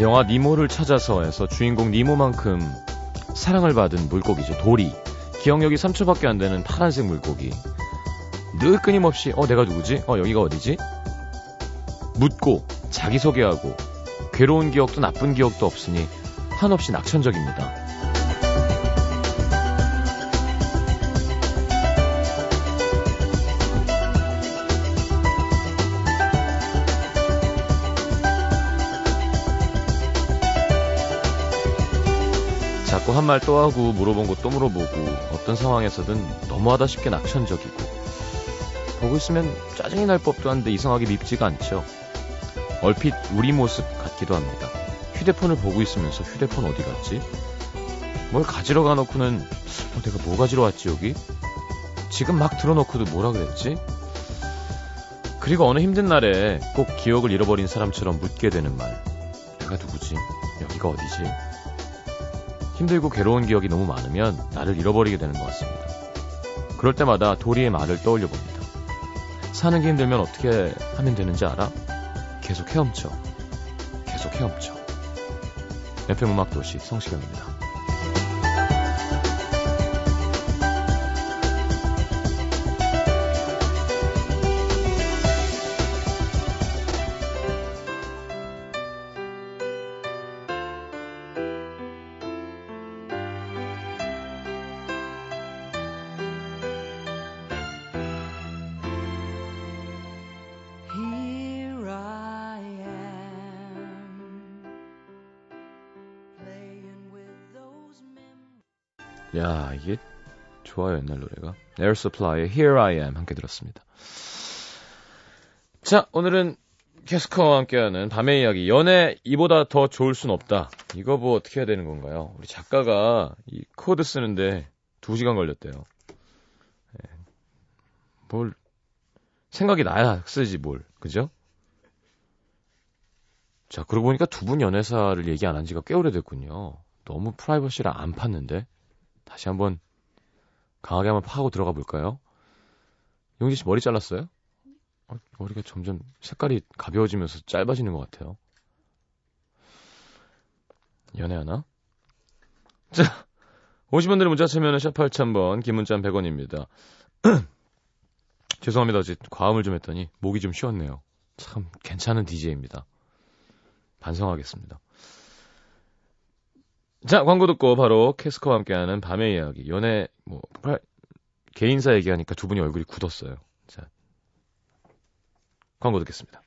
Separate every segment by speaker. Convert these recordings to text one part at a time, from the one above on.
Speaker 1: 영화 니모를 찾아서에서 주인공 니모만큼 사랑을 받은 물고기죠. 도리. 기억력이 3초밖에 안 되는 파란색 물고기. 늘 끊임없이 어 내가 누구지? 어 여기가 어디지? 묻고 자기소개하고 괴로운 기억도 나쁜 기억도 없으니 한없이 낙천적입니다. 자꾸 한 말 또 하고 물어본 거 또 물어보고 어떤 상황에서든 너무하다 싶게 낙천적이고 보고 있으면 짜증이 날 법도 한데 이상하게 밉지가 않죠. 얼핏 우리 모습 같기도 합니다. 휴대폰을 보고 있으면서 휴대폰 어디 갔지? 뭘 가지러 가놓고는 어, 내가 뭐 가지러 왔지 여기? 지금 막 들어놓고도 뭐라 그랬지? 그리고 어느 힘든 날에 꼭 기억을 잃어버린 사람처럼 묻게 되는 말. 내가 누구지? 여기가 어디지? 힘들고 괴로운 기억이 너무 많으면 나를 잃어버리게 되는 것 같습니다. 그럴 때마다 도리의 말을 떠올려 봅니다. 사는 게 힘들면 어떻게 하면 되는지 알아? 계속 헤엄쳐. 계속 헤엄쳐. FM 음악 도시 성시경입니다.
Speaker 2: Here I am playing with those memories.
Speaker 1: 야, 이게 좋아요, 옛날 노래가. Air Supply의 Here I Am 함께 들었습니다. 자, 오늘은 캐스커와 함께하는 밤의 이야기. 연애 이보다 더 좋을 순 없다. 이거 뭐 어떻게 해야 되는 건가요? 우리 작가가 이 코드 쓰는데 2시간 걸렸대요. 예. 뭘, 생각이 나야 쓰지 뭘. 그죠? 자, 그러고 보니까 두 분 연애사를 얘기 안 한 지가 꽤 오래됐군요. 너무 프라이버시를 안 팠는데? 다시 한번 강하게 한번 파고 들어가 볼까요? 용진 씨 머리 잘랐어요? 어, 머리가 점점 색깔이 가벼워지면서 짧아지는 것 같아요. 연애하나? 자, 50원들의 문자 참여는 샵 8000번, 긴 문자는 100원입니다. 죄송합니다. 어제 과음을 좀 했더니 목이 좀 쉬었네요. 참 괜찮은 DJ입니다. 반성하겠습니다. 자, 광고 듣고 바로 캐스커와 함께하는 밤의 이야기. 연애, 뭐, 팔- 개인사 얘기하니까 두 분이 얼굴이 굳었어요. 자, 광고 듣겠습니다.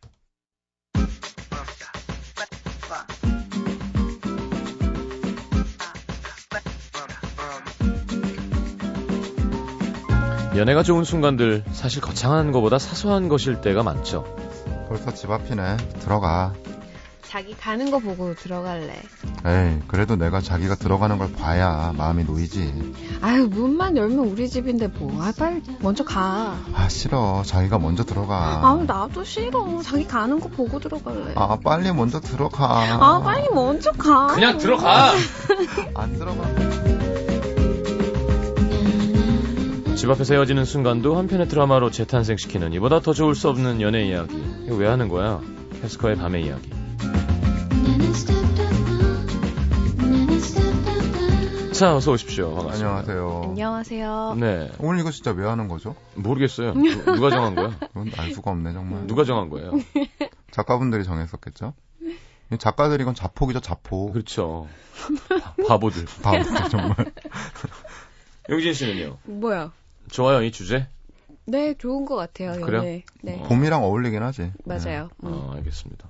Speaker 1: 연애가 좋은 순간들, 사실 거창한 것보다 사소한 것일 때가 많죠.
Speaker 3: 벌써 집 앞이네. 들어가.
Speaker 4: 자기 가는 거 보고 들어갈래.
Speaker 3: 에이, 그래도 내가 자기가 들어가는 걸 봐야 마음이 놓이지.
Speaker 4: 아유, 문만 열면 우리 집인데 뭐. 아, 빨리 먼저 가.
Speaker 3: 아, 싫어. 자기가 먼저
Speaker 4: 아,
Speaker 3: 들어가.
Speaker 4: 나도 싫어. 자기 가는 거 보고 들어갈래.
Speaker 3: 아, 빨리 먼저 들어가.
Speaker 4: 아, 빨리 먼저 가.
Speaker 1: 들어가!
Speaker 3: 안 들어가.
Speaker 1: 집 앞에서 헤어지는 순간도 한 편의 드라마로 재탄생시키는 이보다 더 좋을 수 없는 연애 이야기. 이거 왜 하는 거야? 캐스커의 밤의 이야기. 자, 어서 오십시오. 반갑습니다.
Speaker 3: 안녕하세요.
Speaker 4: 안녕하세요.
Speaker 1: 네,
Speaker 3: 오늘 이거 진짜 왜 하는 거죠?
Speaker 1: 모르겠어요. 누- 누가 정한 거야?
Speaker 3: 이건 알 수가 없네, 정말.
Speaker 1: 누가 정한 거예요?
Speaker 3: 작가분들이 정했었겠죠? 이 작가들이 이건 자폭이죠, 자폭.
Speaker 1: 그렇죠. 바- 바보들.
Speaker 3: 바보죠, 정말.
Speaker 1: 용진 씨는요?
Speaker 4: 뭐야?
Speaker 1: 좋아요, 이 주제?
Speaker 4: 네, 좋은 것 같아요.
Speaker 1: 그래요?
Speaker 4: 연애. 네,
Speaker 1: 어.
Speaker 3: 봄이랑 어울리긴 하지.
Speaker 4: 맞아요. 음.
Speaker 1: 어, 알겠습니다.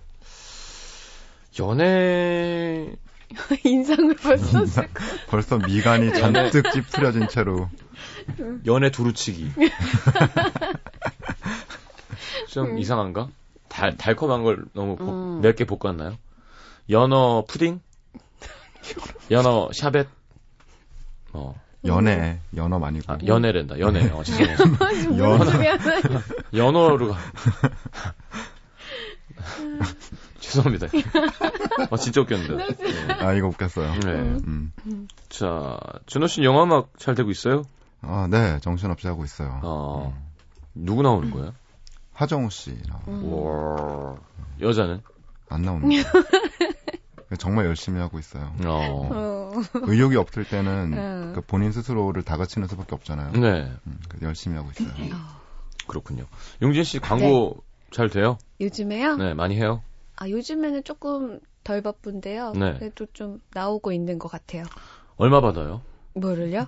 Speaker 1: 연애,
Speaker 4: 인상을
Speaker 1: 음.
Speaker 4: 벌써 쓰
Speaker 3: 네. 벌써 미간이 잔뜩 찌푸려진 채로.
Speaker 1: 연애 두루치기. 좀 이상한가? 달, 달콤한 걸 너무
Speaker 4: 음.
Speaker 1: 몇 개 볶았나요? 연어 푸딩? 연어 샤벳? 어,
Speaker 3: 연애,
Speaker 4: 네.
Speaker 3: 연어 많이고.
Speaker 1: 아, 연애랜다, 연애. 어, 죄송해요.
Speaker 4: 무슨 소리야.
Speaker 1: 연어로 가. 죄송합니다. 아, 진짜 웃겼는데. 네.
Speaker 3: 아, 이거 웃겼어요.
Speaker 1: 네.
Speaker 3: 음.
Speaker 1: 자, 준호 씨는 영화 음악 잘 되고 있어요?
Speaker 3: 아, 네, 정신없이 하고 있어요.
Speaker 1: 어, 누구 나오는 거예요?
Speaker 4: 음.
Speaker 3: 하정우 씨랑
Speaker 1: 음. 와, 여자는?
Speaker 3: 안 나옵니다. 정말 열심히 하고 있어요.
Speaker 1: 어.
Speaker 4: 어.
Speaker 3: 의욕이 없을 때는
Speaker 4: 네.
Speaker 3: 그 본인 스스로를 다그치는 수밖에 없잖아요.
Speaker 1: 네.
Speaker 3: 음, 그래서 열심히 하고 있어요.
Speaker 4: 네,
Speaker 1: 그렇군요. 용진 씨 광고 잘 돼요?
Speaker 4: 요즘에요?
Speaker 1: 네, 많이 해요.
Speaker 4: 아, 요즘에는 조금 덜 바쁜데요.
Speaker 1: 네.
Speaker 4: 그래도 좀 나오고 있는 것 같아요.
Speaker 1: 얼마 받아요?
Speaker 4: 뭐를요?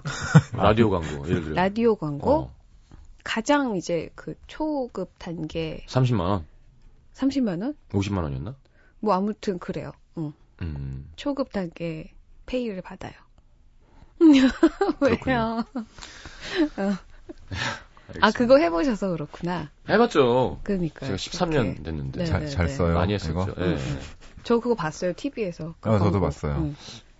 Speaker 1: 라디오 광고 예를 들어.
Speaker 4: 아. 라디오 광고?
Speaker 1: 어,
Speaker 4: 가장 이제 그 초급 단계
Speaker 1: 30만 원,
Speaker 4: 30만 원?
Speaker 1: 50만 원이었나?
Speaker 4: 뭐 아무튼 그래요. 응.
Speaker 1: 음.
Speaker 4: 초급 단계 페이를 받아요.
Speaker 1: 그렇군요.
Speaker 4: 왜요? 아 그거 해보셔서 그렇구나.
Speaker 1: 해봤죠.
Speaker 4: 그러니까
Speaker 1: 제가 13년 됐는데
Speaker 4: 네,
Speaker 3: 잘,
Speaker 4: 네,
Speaker 3: 잘
Speaker 4: 네.
Speaker 3: 써요.
Speaker 1: 많이
Speaker 3: 이거?
Speaker 1: 했었죠. 예.
Speaker 4: 저 그거 봤어요 TV에서.
Speaker 3: 아, 저도 봤어요.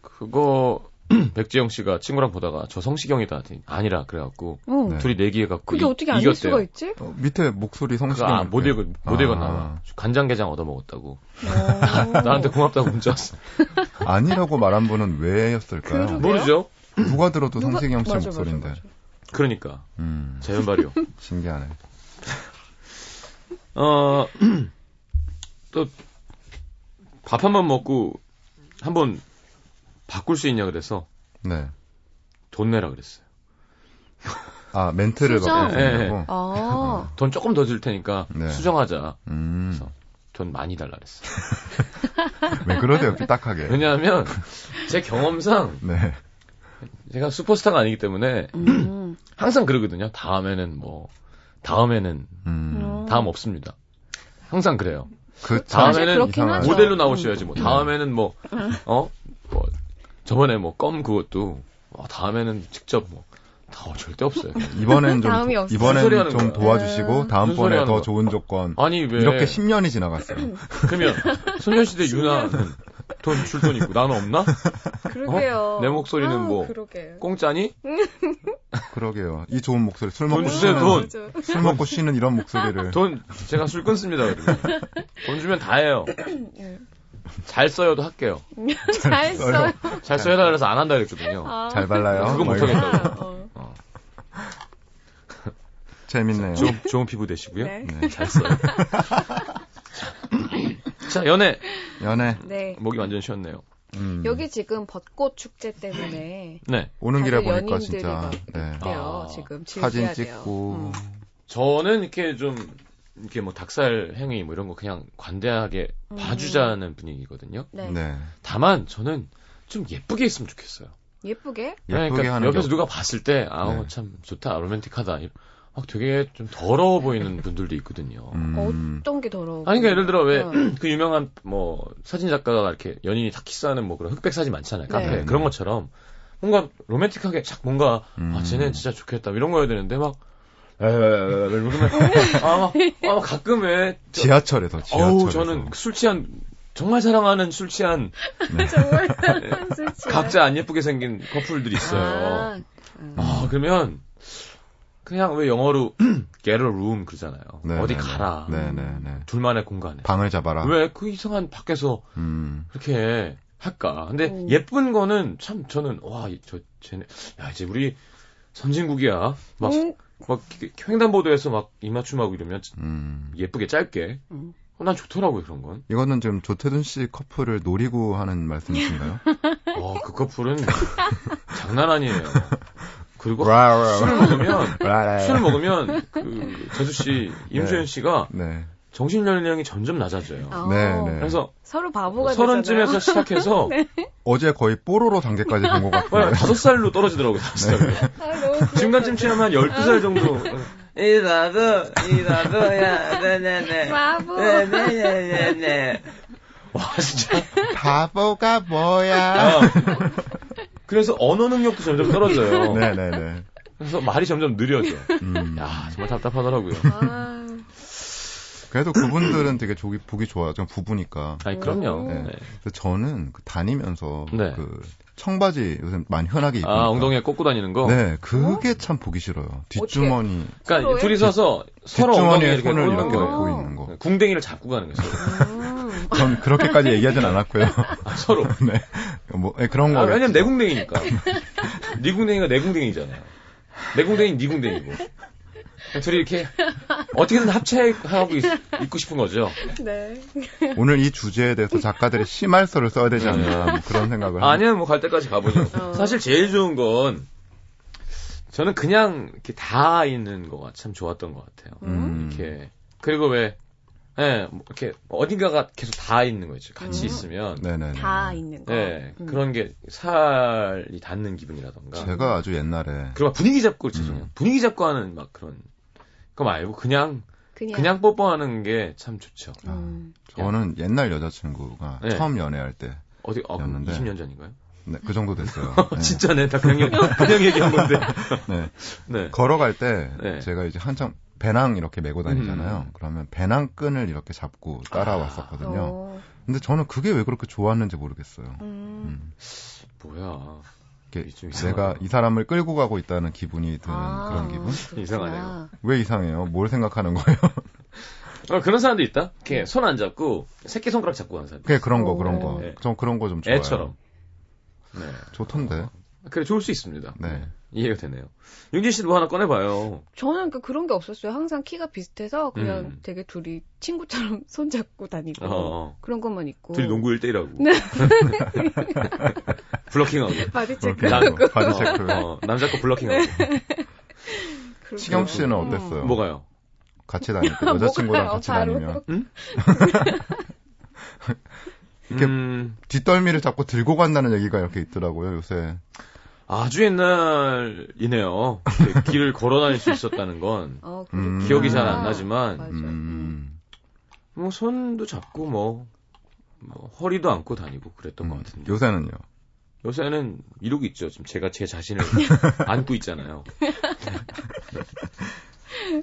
Speaker 1: 그거 백지영 씨가 친구랑 보다가 저 성시경이다 하더니 아니라 그래갖고
Speaker 4: 어.
Speaker 3: 네.
Speaker 1: 둘이 내기해 갖고
Speaker 4: 그게 어떻게 아닐 수가 있지?
Speaker 3: 어, 밑에 목소리 성시경
Speaker 1: 아, 못
Speaker 3: 이렇게.
Speaker 1: 읽은 못 읽었나
Speaker 3: 아.
Speaker 1: 봐. 간장게장 얻어 먹었다고.
Speaker 4: 어.
Speaker 1: 나한테 고맙다고 문자 왔어.
Speaker 3: 아니라고 말한 분은 왜였을까요? 뭐,
Speaker 4: 그러게요.
Speaker 1: 모르죠?
Speaker 3: 누가 들어도
Speaker 4: 누가-
Speaker 3: 성시경 그 씨
Speaker 4: 맞아, 맞아,
Speaker 3: 목소리인데.
Speaker 4: 맞아.
Speaker 1: 그러니까
Speaker 3: 음,
Speaker 1: 재현 발효.
Speaker 3: 신기하네.
Speaker 1: 어, 또, 밥 한 번 먹고, 한 번 바꿀 수 있냐 그래서,
Speaker 3: 네.
Speaker 1: 돈 내라 그랬어요.
Speaker 3: 아, 멘트를
Speaker 4: 수정.
Speaker 1: 예,
Speaker 3: 바꾸려고.
Speaker 4: 어.
Speaker 1: 돈 조금 더 줄 테니까,
Speaker 3: 네.
Speaker 1: 수정하자.
Speaker 3: 음,
Speaker 1: 그래서. 돈 많이 달라 그랬어요.
Speaker 3: 왜 그러세요? 이렇게 딱하게.
Speaker 1: 왜냐하면, 제 경험상,
Speaker 3: 네.
Speaker 1: 제가 슈퍼스타가 아니기 때문에,
Speaker 4: 음.
Speaker 1: 항상 그러거든요. 다음에는 뭐, 다음에는,
Speaker 3: 음,
Speaker 4: 어.
Speaker 1: 다음 없습니다. 항상 그래요.
Speaker 4: 그렇죠.
Speaker 3: 그
Speaker 1: 다음에는
Speaker 4: 아, 사실 그렇긴
Speaker 3: 이상한
Speaker 4: 하죠.
Speaker 1: 모델로 나오셔야지, 뭐, 다음에는 뭐, 어? 뭐, 저번에 뭐, 껌 그것도, 어, 다음에는 직접 뭐, 다 절대 없어요.
Speaker 3: 이번엔 좀
Speaker 4: 다음이
Speaker 3: 도-
Speaker 4: 없어.
Speaker 3: 이번엔
Speaker 1: 무슨 소리
Speaker 3: 좀
Speaker 1: 하는 거야?
Speaker 3: 도와주시고
Speaker 4: 음.
Speaker 1: 무슨 소리
Speaker 3: 다음번에
Speaker 1: 하는
Speaker 3: 더
Speaker 1: 거야?
Speaker 3: 좋은 조건.
Speaker 1: 아니 예. 왜
Speaker 3: 이렇게 10년이
Speaker 4: 음.
Speaker 3: 지나갔어요.
Speaker 1: 그러면 소녀시대 유나는 돈 줄 돈 있고 나는 없나?
Speaker 4: 음. 그러게요.
Speaker 1: 내 목소리는
Speaker 4: 아,
Speaker 1: 뭐.
Speaker 4: 그러게.
Speaker 1: 공짜니?
Speaker 3: 그러게요. 이 좋은 목소리 술
Speaker 1: 돈
Speaker 3: 먹고
Speaker 1: 주세요,
Speaker 3: 쉬는
Speaker 1: 돈.
Speaker 4: 맞아.
Speaker 3: 술 먹고 쉬는 이런 목소리를
Speaker 1: 돈 제가 술 끊습니다. 그러면. 돈 주면 다 해요.
Speaker 4: 예.
Speaker 1: 잘 써요도 할게요.
Speaker 4: 잘 써요.
Speaker 1: 잘 써요 라 그래서 안 한다 그랬거든요.
Speaker 4: 아.
Speaker 3: 잘 발라요.
Speaker 1: 그거
Speaker 3: 뭐
Speaker 1: 못 하겠다.
Speaker 4: 아, 어.
Speaker 3: 이거. 재밌네요.
Speaker 1: 좋은, 좋은 피부 되시고요.
Speaker 4: 네.
Speaker 3: 네.
Speaker 1: 잘 써요. 자 연애
Speaker 3: 연애.
Speaker 4: 네.
Speaker 1: 목이 완전 쉬었네요.
Speaker 3: 음.
Speaker 4: 여기 지금 벚꽃 축제 때문에
Speaker 1: 네
Speaker 3: 오는 길에
Speaker 4: 다들
Speaker 3: 보니까
Speaker 4: 연인들이
Speaker 3: 진짜
Speaker 4: 막
Speaker 3: 네.
Speaker 4: 그래요.
Speaker 1: 아.
Speaker 4: 지금 즐겨야
Speaker 3: 사진
Speaker 4: 돼요.
Speaker 3: 찍고
Speaker 4: 음.
Speaker 1: 저는 이렇게 좀 이렇게 뭐 닭살 행위 뭐 이런 거 그냥 관대하게
Speaker 4: 음.
Speaker 1: 봐주자는 분위기거든요.
Speaker 4: 네.
Speaker 3: 네.
Speaker 1: 다만 저는 좀 예쁘게 했으면 좋겠어요.
Speaker 4: 예쁘게?
Speaker 3: 예쁘게
Speaker 1: 그러니까
Speaker 3: 하는
Speaker 1: 옆에서
Speaker 3: 게
Speaker 1: 누가 봤을 때 아우
Speaker 3: 네.
Speaker 1: 참 좋다 로맨틱하다 이- 막 되게 좀 더러워 보이는 분들도 있거든요.
Speaker 3: 음.
Speaker 4: 어떤 게 더러워?
Speaker 1: 아니 그러니까 예를 들어 왜
Speaker 4: 어.
Speaker 1: 그 유명한 뭐 사진 작가가 이렇게 연인이 다 키스하는 뭐 그런 흑백 사진 많잖아요 카페
Speaker 4: 네.
Speaker 1: 그런 것처럼 뭔가 로맨틱하게 착 뭔가 아
Speaker 3: 음.
Speaker 1: 쟤는 진짜 좋겠다 뭐 이런 거여야 되는데 막
Speaker 4: 어,
Speaker 1: 에에에에 이러면 아막 아, 가끔에 저-
Speaker 3: 지하철에서 지하철에서.
Speaker 1: 어우 저는 술 취한 정말 사랑하는 술 취한
Speaker 4: 정말
Speaker 1: 각자 안 예쁘게 생긴 커플들이 있어요.
Speaker 4: 아, 음.
Speaker 1: 아, 그러면 그냥 왜 영어로 get a room 그러잖아요.
Speaker 3: 네,
Speaker 1: 어디
Speaker 3: 네, 네.
Speaker 1: 가라.
Speaker 3: 네, 네, 네.
Speaker 1: 둘만의 공간에.
Speaker 3: 방을 잡아라.
Speaker 1: 왜 그 이상한 밖에서
Speaker 3: 음.
Speaker 1: 그렇게 할까? 근데
Speaker 4: 음.
Speaker 1: 예쁜 거는 참 저는 와, 이- 저 쟤네 야, 이제 우리 선진국이야. 막 막
Speaker 4: 음,
Speaker 1: 횡단보도에서 막 이맞춤하고 이러면 참
Speaker 3: 음.
Speaker 1: 예쁘게 짧게.
Speaker 4: 음.
Speaker 1: 어, 난 좋더라고요, 그런 건.
Speaker 3: 이거는 지금 조태준 씨 커플을 노리고 하는 말씀이신가요?
Speaker 1: 와, 그 커플은 장난 아니에요. 그리고 뭐, 술을
Speaker 3: 라라라.
Speaker 1: 먹으면
Speaker 3: 라라라.
Speaker 1: 술을 먹으면 그 제수 씨, 임소연 씨가
Speaker 3: 네. 네.
Speaker 1: 정신 연령이 점점 낮아져요.
Speaker 4: 아,
Speaker 3: 네, 네.
Speaker 1: 어. 그래서
Speaker 4: 서로 바보가 되잖아요.
Speaker 1: 뭐 서른쯤에서 시작해서
Speaker 3: 어제 거의 뽀로로 단계까지 본 것
Speaker 1: 거의
Speaker 3: 같은데.
Speaker 1: 다섯 살로 떨어지더라고요. 다섯 살로.
Speaker 3: 네.
Speaker 4: 아, 너무 귀엽다.
Speaker 1: 중간쯤 치면 한 열두 살 정도.
Speaker 5: 이라도 이라도야 네네네
Speaker 4: 바보.
Speaker 5: 네네네네
Speaker 1: 와 진짜.
Speaker 3: 바보가 뭐야?
Speaker 1: 아. 그래서 언어 능력도 점점 떨어져요.
Speaker 3: 네네네.
Speaker 1: 그래서 말이 점점 느려져.
Speaker 3: 음.
Speaker 1: 야 정말 답답하더라고요.
Speaker 4: 아,
Speaker 3: 그래도 그분들은 되게 조기, 보기 좋아요. 좀 부부니까.
Speaker 1: 아니 그럼요.
Speaker 3: 네.
Speaker 1: 네.
Speaker 3: 그래서 저는 그 다니면서
Speaker 1: 네.
Speaker 3: 그 청바지 요새 많이 흔하게 입고.
Speaker 1: 아 엉덩이에 꽂고 다니는 거.
Speaker 3: 그러니까. 네, 그게 참 보기 싫어요. 뒷주머니,
Speaker 1: 그러니까
Speaker 4: 서로의-
Speaker 1: 둘이 서서 서로 엉덩이에
Speaker 3: 뒷주머니에
Speaker 1: 이렇게 네.
Speaker 3: 손을
Speaker 1: 꽂는
Speaker 3: 이렇게
Speaker 1: 거예요.
Speaker 3: 넣고 있는 거.
Speaker 1: 궁뎅이를 잡고 가는 거예요. 서로.
Speaker 4: 음.
Speaker 3: 전 그렇게까지 얘기하진 않았고요.
Speaker 1: 아, 서로.
Speaker 3: 뭐, 예, 그런
Speaker 1: 아,
Speaker 3: 거.
Speaker 1: 왜냐면 내 궁뎅이니까. 네 궁뎅이가 내 궁뎅이잖아요. 내 궁뎅이 네 궁뎅이고. 둘이 이렇게 어떻게든 합체하고 있- 있고 싶은 거죠.
Speaker 4: 네.
Speaker 3: 오늘 이 주제에 대해서 작가들의 심할서를 써야 되지 않나 뭐 그런 생각을
Speaker 1: 음. 아니면 뭐 갈 때까지 가보죠.
Speaker 4: 어.
Speaker 1: 사실 제일 좋은 건 저는 그냥 이렇게 다 있는 거가 참 좋았던 것 같아요.
Speaker 3: 음.
Speaker 1: 이렇게 그리고 왜 예, 뭐 이렇게 어딘가가 계속 다 있는 거죠. 같이
Speaker 4: 음.
Speaker 1: 있으면
Speaker 3: 네네.
Speaker 4: 다 있는 거.
Speaker 1: 예,
Speaker 4: 음.
Speaker 1: 그런 게 살이 닿는 기분이라던가.
Speaker 3: 제가 아주 옛날에
Speaker 1: 그리고 막 분위기 잡고 죄송해요.
Speaker 3: 음.
Speaker 1: 분위기 잡고 하는 막 그런 거 말고 그냥
Speaker 4: 그냥.
Speaker 1: 그냥 뽀뽀하는 게 참 좋죠.
Speaker 4: 음.
Speaker 3: 아, 저는 옛날 여자친구가
Speaker 1: 네.
Speaker 3: 처음 연애할 때,
Speaker 1: 어디 어,
Speaker 3: 였는데.
Speaker 1: 20년 전인가요?
Speaker 3: 네, 그 정도 됐어요. 네.
Speaker 1: 진짜네, 다 그냥 얘기, 그냥 얘기한 건데.
Speaker 3: 네.
Speaker 1: 네.
Speaker 3: 걸어갈 때
Speaker 1: 네.
Speaker 3: 제가 이제 한참 배낭 이렇게 메고 다니잖아요.
Speaker 1: 음.
Speaker 3: 그러면 배낭끈을 이렇게 잡고 따라왔었거든요.
Speaker 4: 어.
Speaker 3: 근데 저는 그게 왜 그렇게 좋았는지 모르겠어요.
Speaker 4: 음.
Speaker 3: 음.
Speaker 1: 뭐야. 어,
Speaker 3: 이게
Speaker 1: 좀 이상하다.
Speaker 3: 내가 이 사람을 끌고 가고 있다는 기분이 드는
Speaker 4: 아,
Speaker 3: 네, 그런 기분?
Speaker 4: 그렇구나.
Speaker 1: 이상하네요.
Speaker 3: 왜 이상해요? 뭘 생각하는 거예요?
Speaker 1: 어, 그런 사람도 있다. 이렇게 손 안 잡고 새끼 손가락 잡고 하는 사람.
Speaker 3: 음. 그게 그런 거, 그런
Speaker 4: 오.
Speaker 3: 거.
Speaker 1: 네.
Speaker 3: 저 그런 거 좀 좋아요.
Speaker 1: 애처럼. 네.
Speaker 3: 좋던데.
Speaker 1: 그래 좋을 수 있습니다.
Speaker 3: 네.
Speaker 1: 이해가 되네요. 윤진 씨도 뭐 하나 꺼내봐요.
Speaker 4: 저는 그 그런 게 없었어요. 항상 키가 비슷해서 그냥
Speaker 1: 음.
Speaker 4: 되게 둘이 친구처럼 손잡고 다니고
Speaker 1: 어, 어.
Speaker 4: 그런 것만 있고.
Speaker 1: 둘이 농구 1대1하고. 블러킹하고.
Speaker 4: 바디 체크.
Speaker 1: 난-
Speaker 3: 그렇게 바디 체크.
Speaker 1: 어, 남자 거 블러킹하고.
Speaker 4: 그런
Speaker 3: 시경
Speaker 4: 거.
Speaker 3: 씨는
Speaker 4: 음. 아,
Speaker 3: 어땠어요?
Speaker 1: 뭐가요?
Speaker 3: 같이 다닐 때 여자친구랑
Speaker 4: 뭐가요?
Speaker 3: 같이
Speaker 4: 바로.
Speaker 3: 다니면 이렇게-
Speaker 1: 음,
Speaker 3: 뒷덜미를 잡고 들고 간다는 얘기가 이렇게 있더라고요 요새.
Speaker 1: 아주 옛날이네요. 이렇게 길을 걸어 다닐 수 있었다는 건.
Speaker 4: 어, 그렇구나.
Speaker 3: 음.
Speaker 1: 기억이 잘 안
Speaker 4: 맞아요.
Speaker 1: 나지만,
Speaker 3: 음,
Speaker 1: 뭐, 손도 잡고, 뭐, 뭐 허리도 안고 다니고 그랬던 것
Speaker 3: 음.
Speaker 1: 같은데.
Speaker 3: 요새는요.
Speaker 1: 요새는 이러고 있죠. 지금 제가 제 자신을 안고 있잖아요.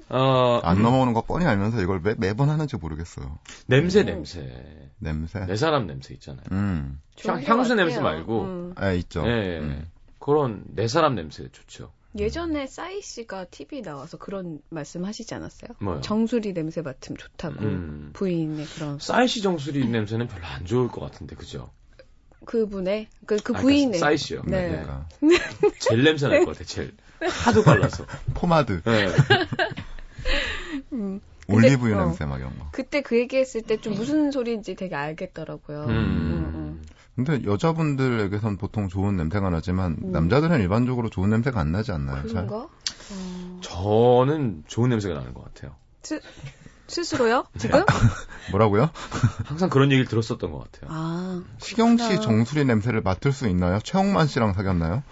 Speaker 1: 어,
Speaker 3: 안 넘어오는 거 뻔히 알면서 이걸 매, 매번 하는지 모르겠어요. 음.
Speaker 1: 냄새, 냄새.
Speaker 3: 냄새.
Speaker 1: 내 사람 냄새 있잖아요.
Speaker 3: 음.
Speaker 4: 좋은
Speaker 1: 향- 향수
Speaker 4: 것
Speaker 1: 냄새
Speaker 4: 같아요.
Speaker 1: 말고.
Speaker 4: 음.
Speaker 3: 아 있죠.
Speaker 1: 예, 예.
Speaker 3: 음.
Speaker 1: 그런 내 사람 냄새 좋죠.
Speaker 4: 예전에 싸이 씨가 TV 나와서 그런 말씀 하시지 않았어요?
Speaker 1: 뭐요?
Speaker 4: 정수리 냄새 맡으면 좋다고.
Speaker 1: 음.
Speaker 4: 부인의 그런
Speaker 1: 사이시 정수리 냄새는 별로 안 좋을 것 같은데, 그죠?
Speaker 4: 그분의 그, 그
Speaker 1: 아, 그러니까
Speaker 4: 부인의
Speaker 1: 사이시요.
Speaker 4: 네.
Speaker 3: 그러니까
Speaker 1: 젤 냄새
Speaker 3: 네.
Speaker 1: 날 것 같아, 젤. 하도 발라서.
Speaker 3: 포마드,
Speaker 1: 예.
Speaker 4: 음. 근데-
Speaker 3: 올리브유
Speaker 4: 어.
Speaker 3: 냄새 막 이런 거.
Speaker 4: 그때 그 얘기했을 때 좀 무슨 소리인지 되게 알겠더라고요.
Speaker 1: 음.
Speaker 3: 근데 여자분들에게선 보통 좋은 냄새가 나지만
Speaker 4: 음.
Speaker 3: 남자들은 일반적으로 좋은 냄새가 안 나지
Speaker 4: 음.
Speaker 3: 않나요? 잘?
Speaker 4: 그런가? 어,
Speaker 1: 저는 좋은 냄새가 나는 것 같아요.
Speaker 4: 스스로요? 지금?
Speaker 3: 뭐라고요?
Speaker 1: 항상 그런 얘기를 들었었던 것 같아요.
Speaker 4: 아,
Speaker 3: 시경 씨
Speaker 4: 그렇구나.
Speaker 3: 정수리 냄새를 맡을 수 있나요? 최홍만 씨랑 사귀었나요?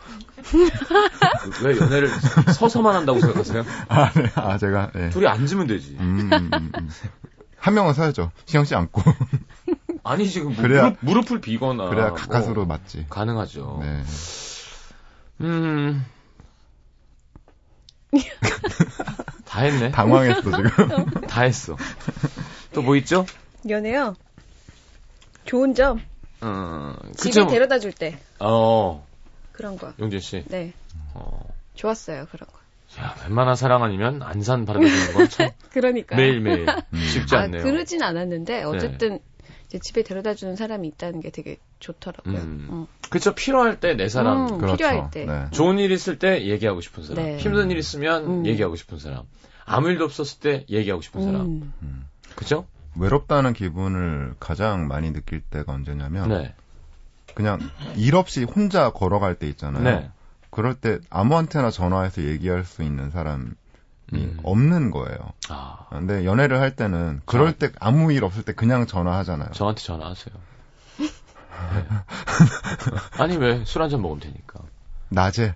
Speaker 1: 왜 연애를 서서만 한다고 생각하세요?
Speaker 3: 아, 네. 아 제가 예.
Speaker 1: 둘이 앉으면 되지.
Speaker 3: 음, 음, 음. 한 명은 서야죠. 시경 씨 안고
Speaker 1: 아니 지금 뭐
Speaker 3: 그래야-
Speaker 1: 무릎, 무릎을 비거나
Speaker 3: 그래야
Speaker 1: 뭐 어.
Speaker 3: 가까스로 맞지.
Speaker 1: 가능하죠.
Speaker 3: 네.
Speaker 1: 음. 다 했네. 다,
Speaker 3: 당황했어 지금.
Speaker 1: 했어. 또 뭐 있죠?
Speaker 4: 연애요? 좋은 점.
Speaker 1: 어,
Speaker 4: 집에
Speaker 1: 그쵸.
Speaker 4: 데려다 줄 때.
Speaker 1: 어,
Speaker 4: 그런 거.
Speaker 1: 용진 씨.
Speaker 4: 네.
Speaker 1: 어,
Speaker 4: 좋았어요, 그런 거.
Speaker 1: 야, 웬만한 사랑 아니면 안산 받아들이는 건참
Speaker 4: 그러니까.
Speaker 1: 매일매일
Speaker 3: 음.
Speaker 1: 쉽지
Speaker 4: 아,
Speaker 1: 않네요.
Speaker 4: 그러진 않았는데, 어쨌든, 이제 집에 데려다 주는 사람이 있다는 게 되게 좋더라고요.
Speaker 1: 음.
Speaker 4: 음.
Speaker 1: 그쵸, 필요할 때 내 사람.
Speaker 4: 음.
Speaker 3: 그렇죠.
Speaker 4: 필요할 때.
Speaker 3: 네.
Speaker 1: 좋은 일 있을 때 얘기하고 싶은 사람.
Speaker 4: 네.
Speaker 1: 힘든 일 있으면
Speaker 4: 음.
Speaker 1: 얘기하고 싶은 사람. 아무 일도 없었을 때 얘기하고 싶은 그 사람.
Speaker 4: 음.
Speaker 1: 그죠?
Speaker 3: 외롭다는 기분을 가장 많이 느낄 때가 언제냐면
Speaker 1: 네.
Speaker 3: 그냥 일 없이 혼자 걸어갈 때 있잖아요.
Speaker 1: 네.
Speaker 3: 그럴 때 아무한테나 전화해서 얘기할 수 있는 사람이
Speaker 1: 음.
Speaker 3: 없는 거예요.
Speaker 1: 아,
Speaker 3: 근데 연애를 할 때는 그럴 때 아무 일 없을 때 그냥 전화하잖아요.
Speaker 1: 저한테 전화하세요. 네. 아니, 왜? 술 한 잔 먹으면 되니까.
Speaker 3: 낮에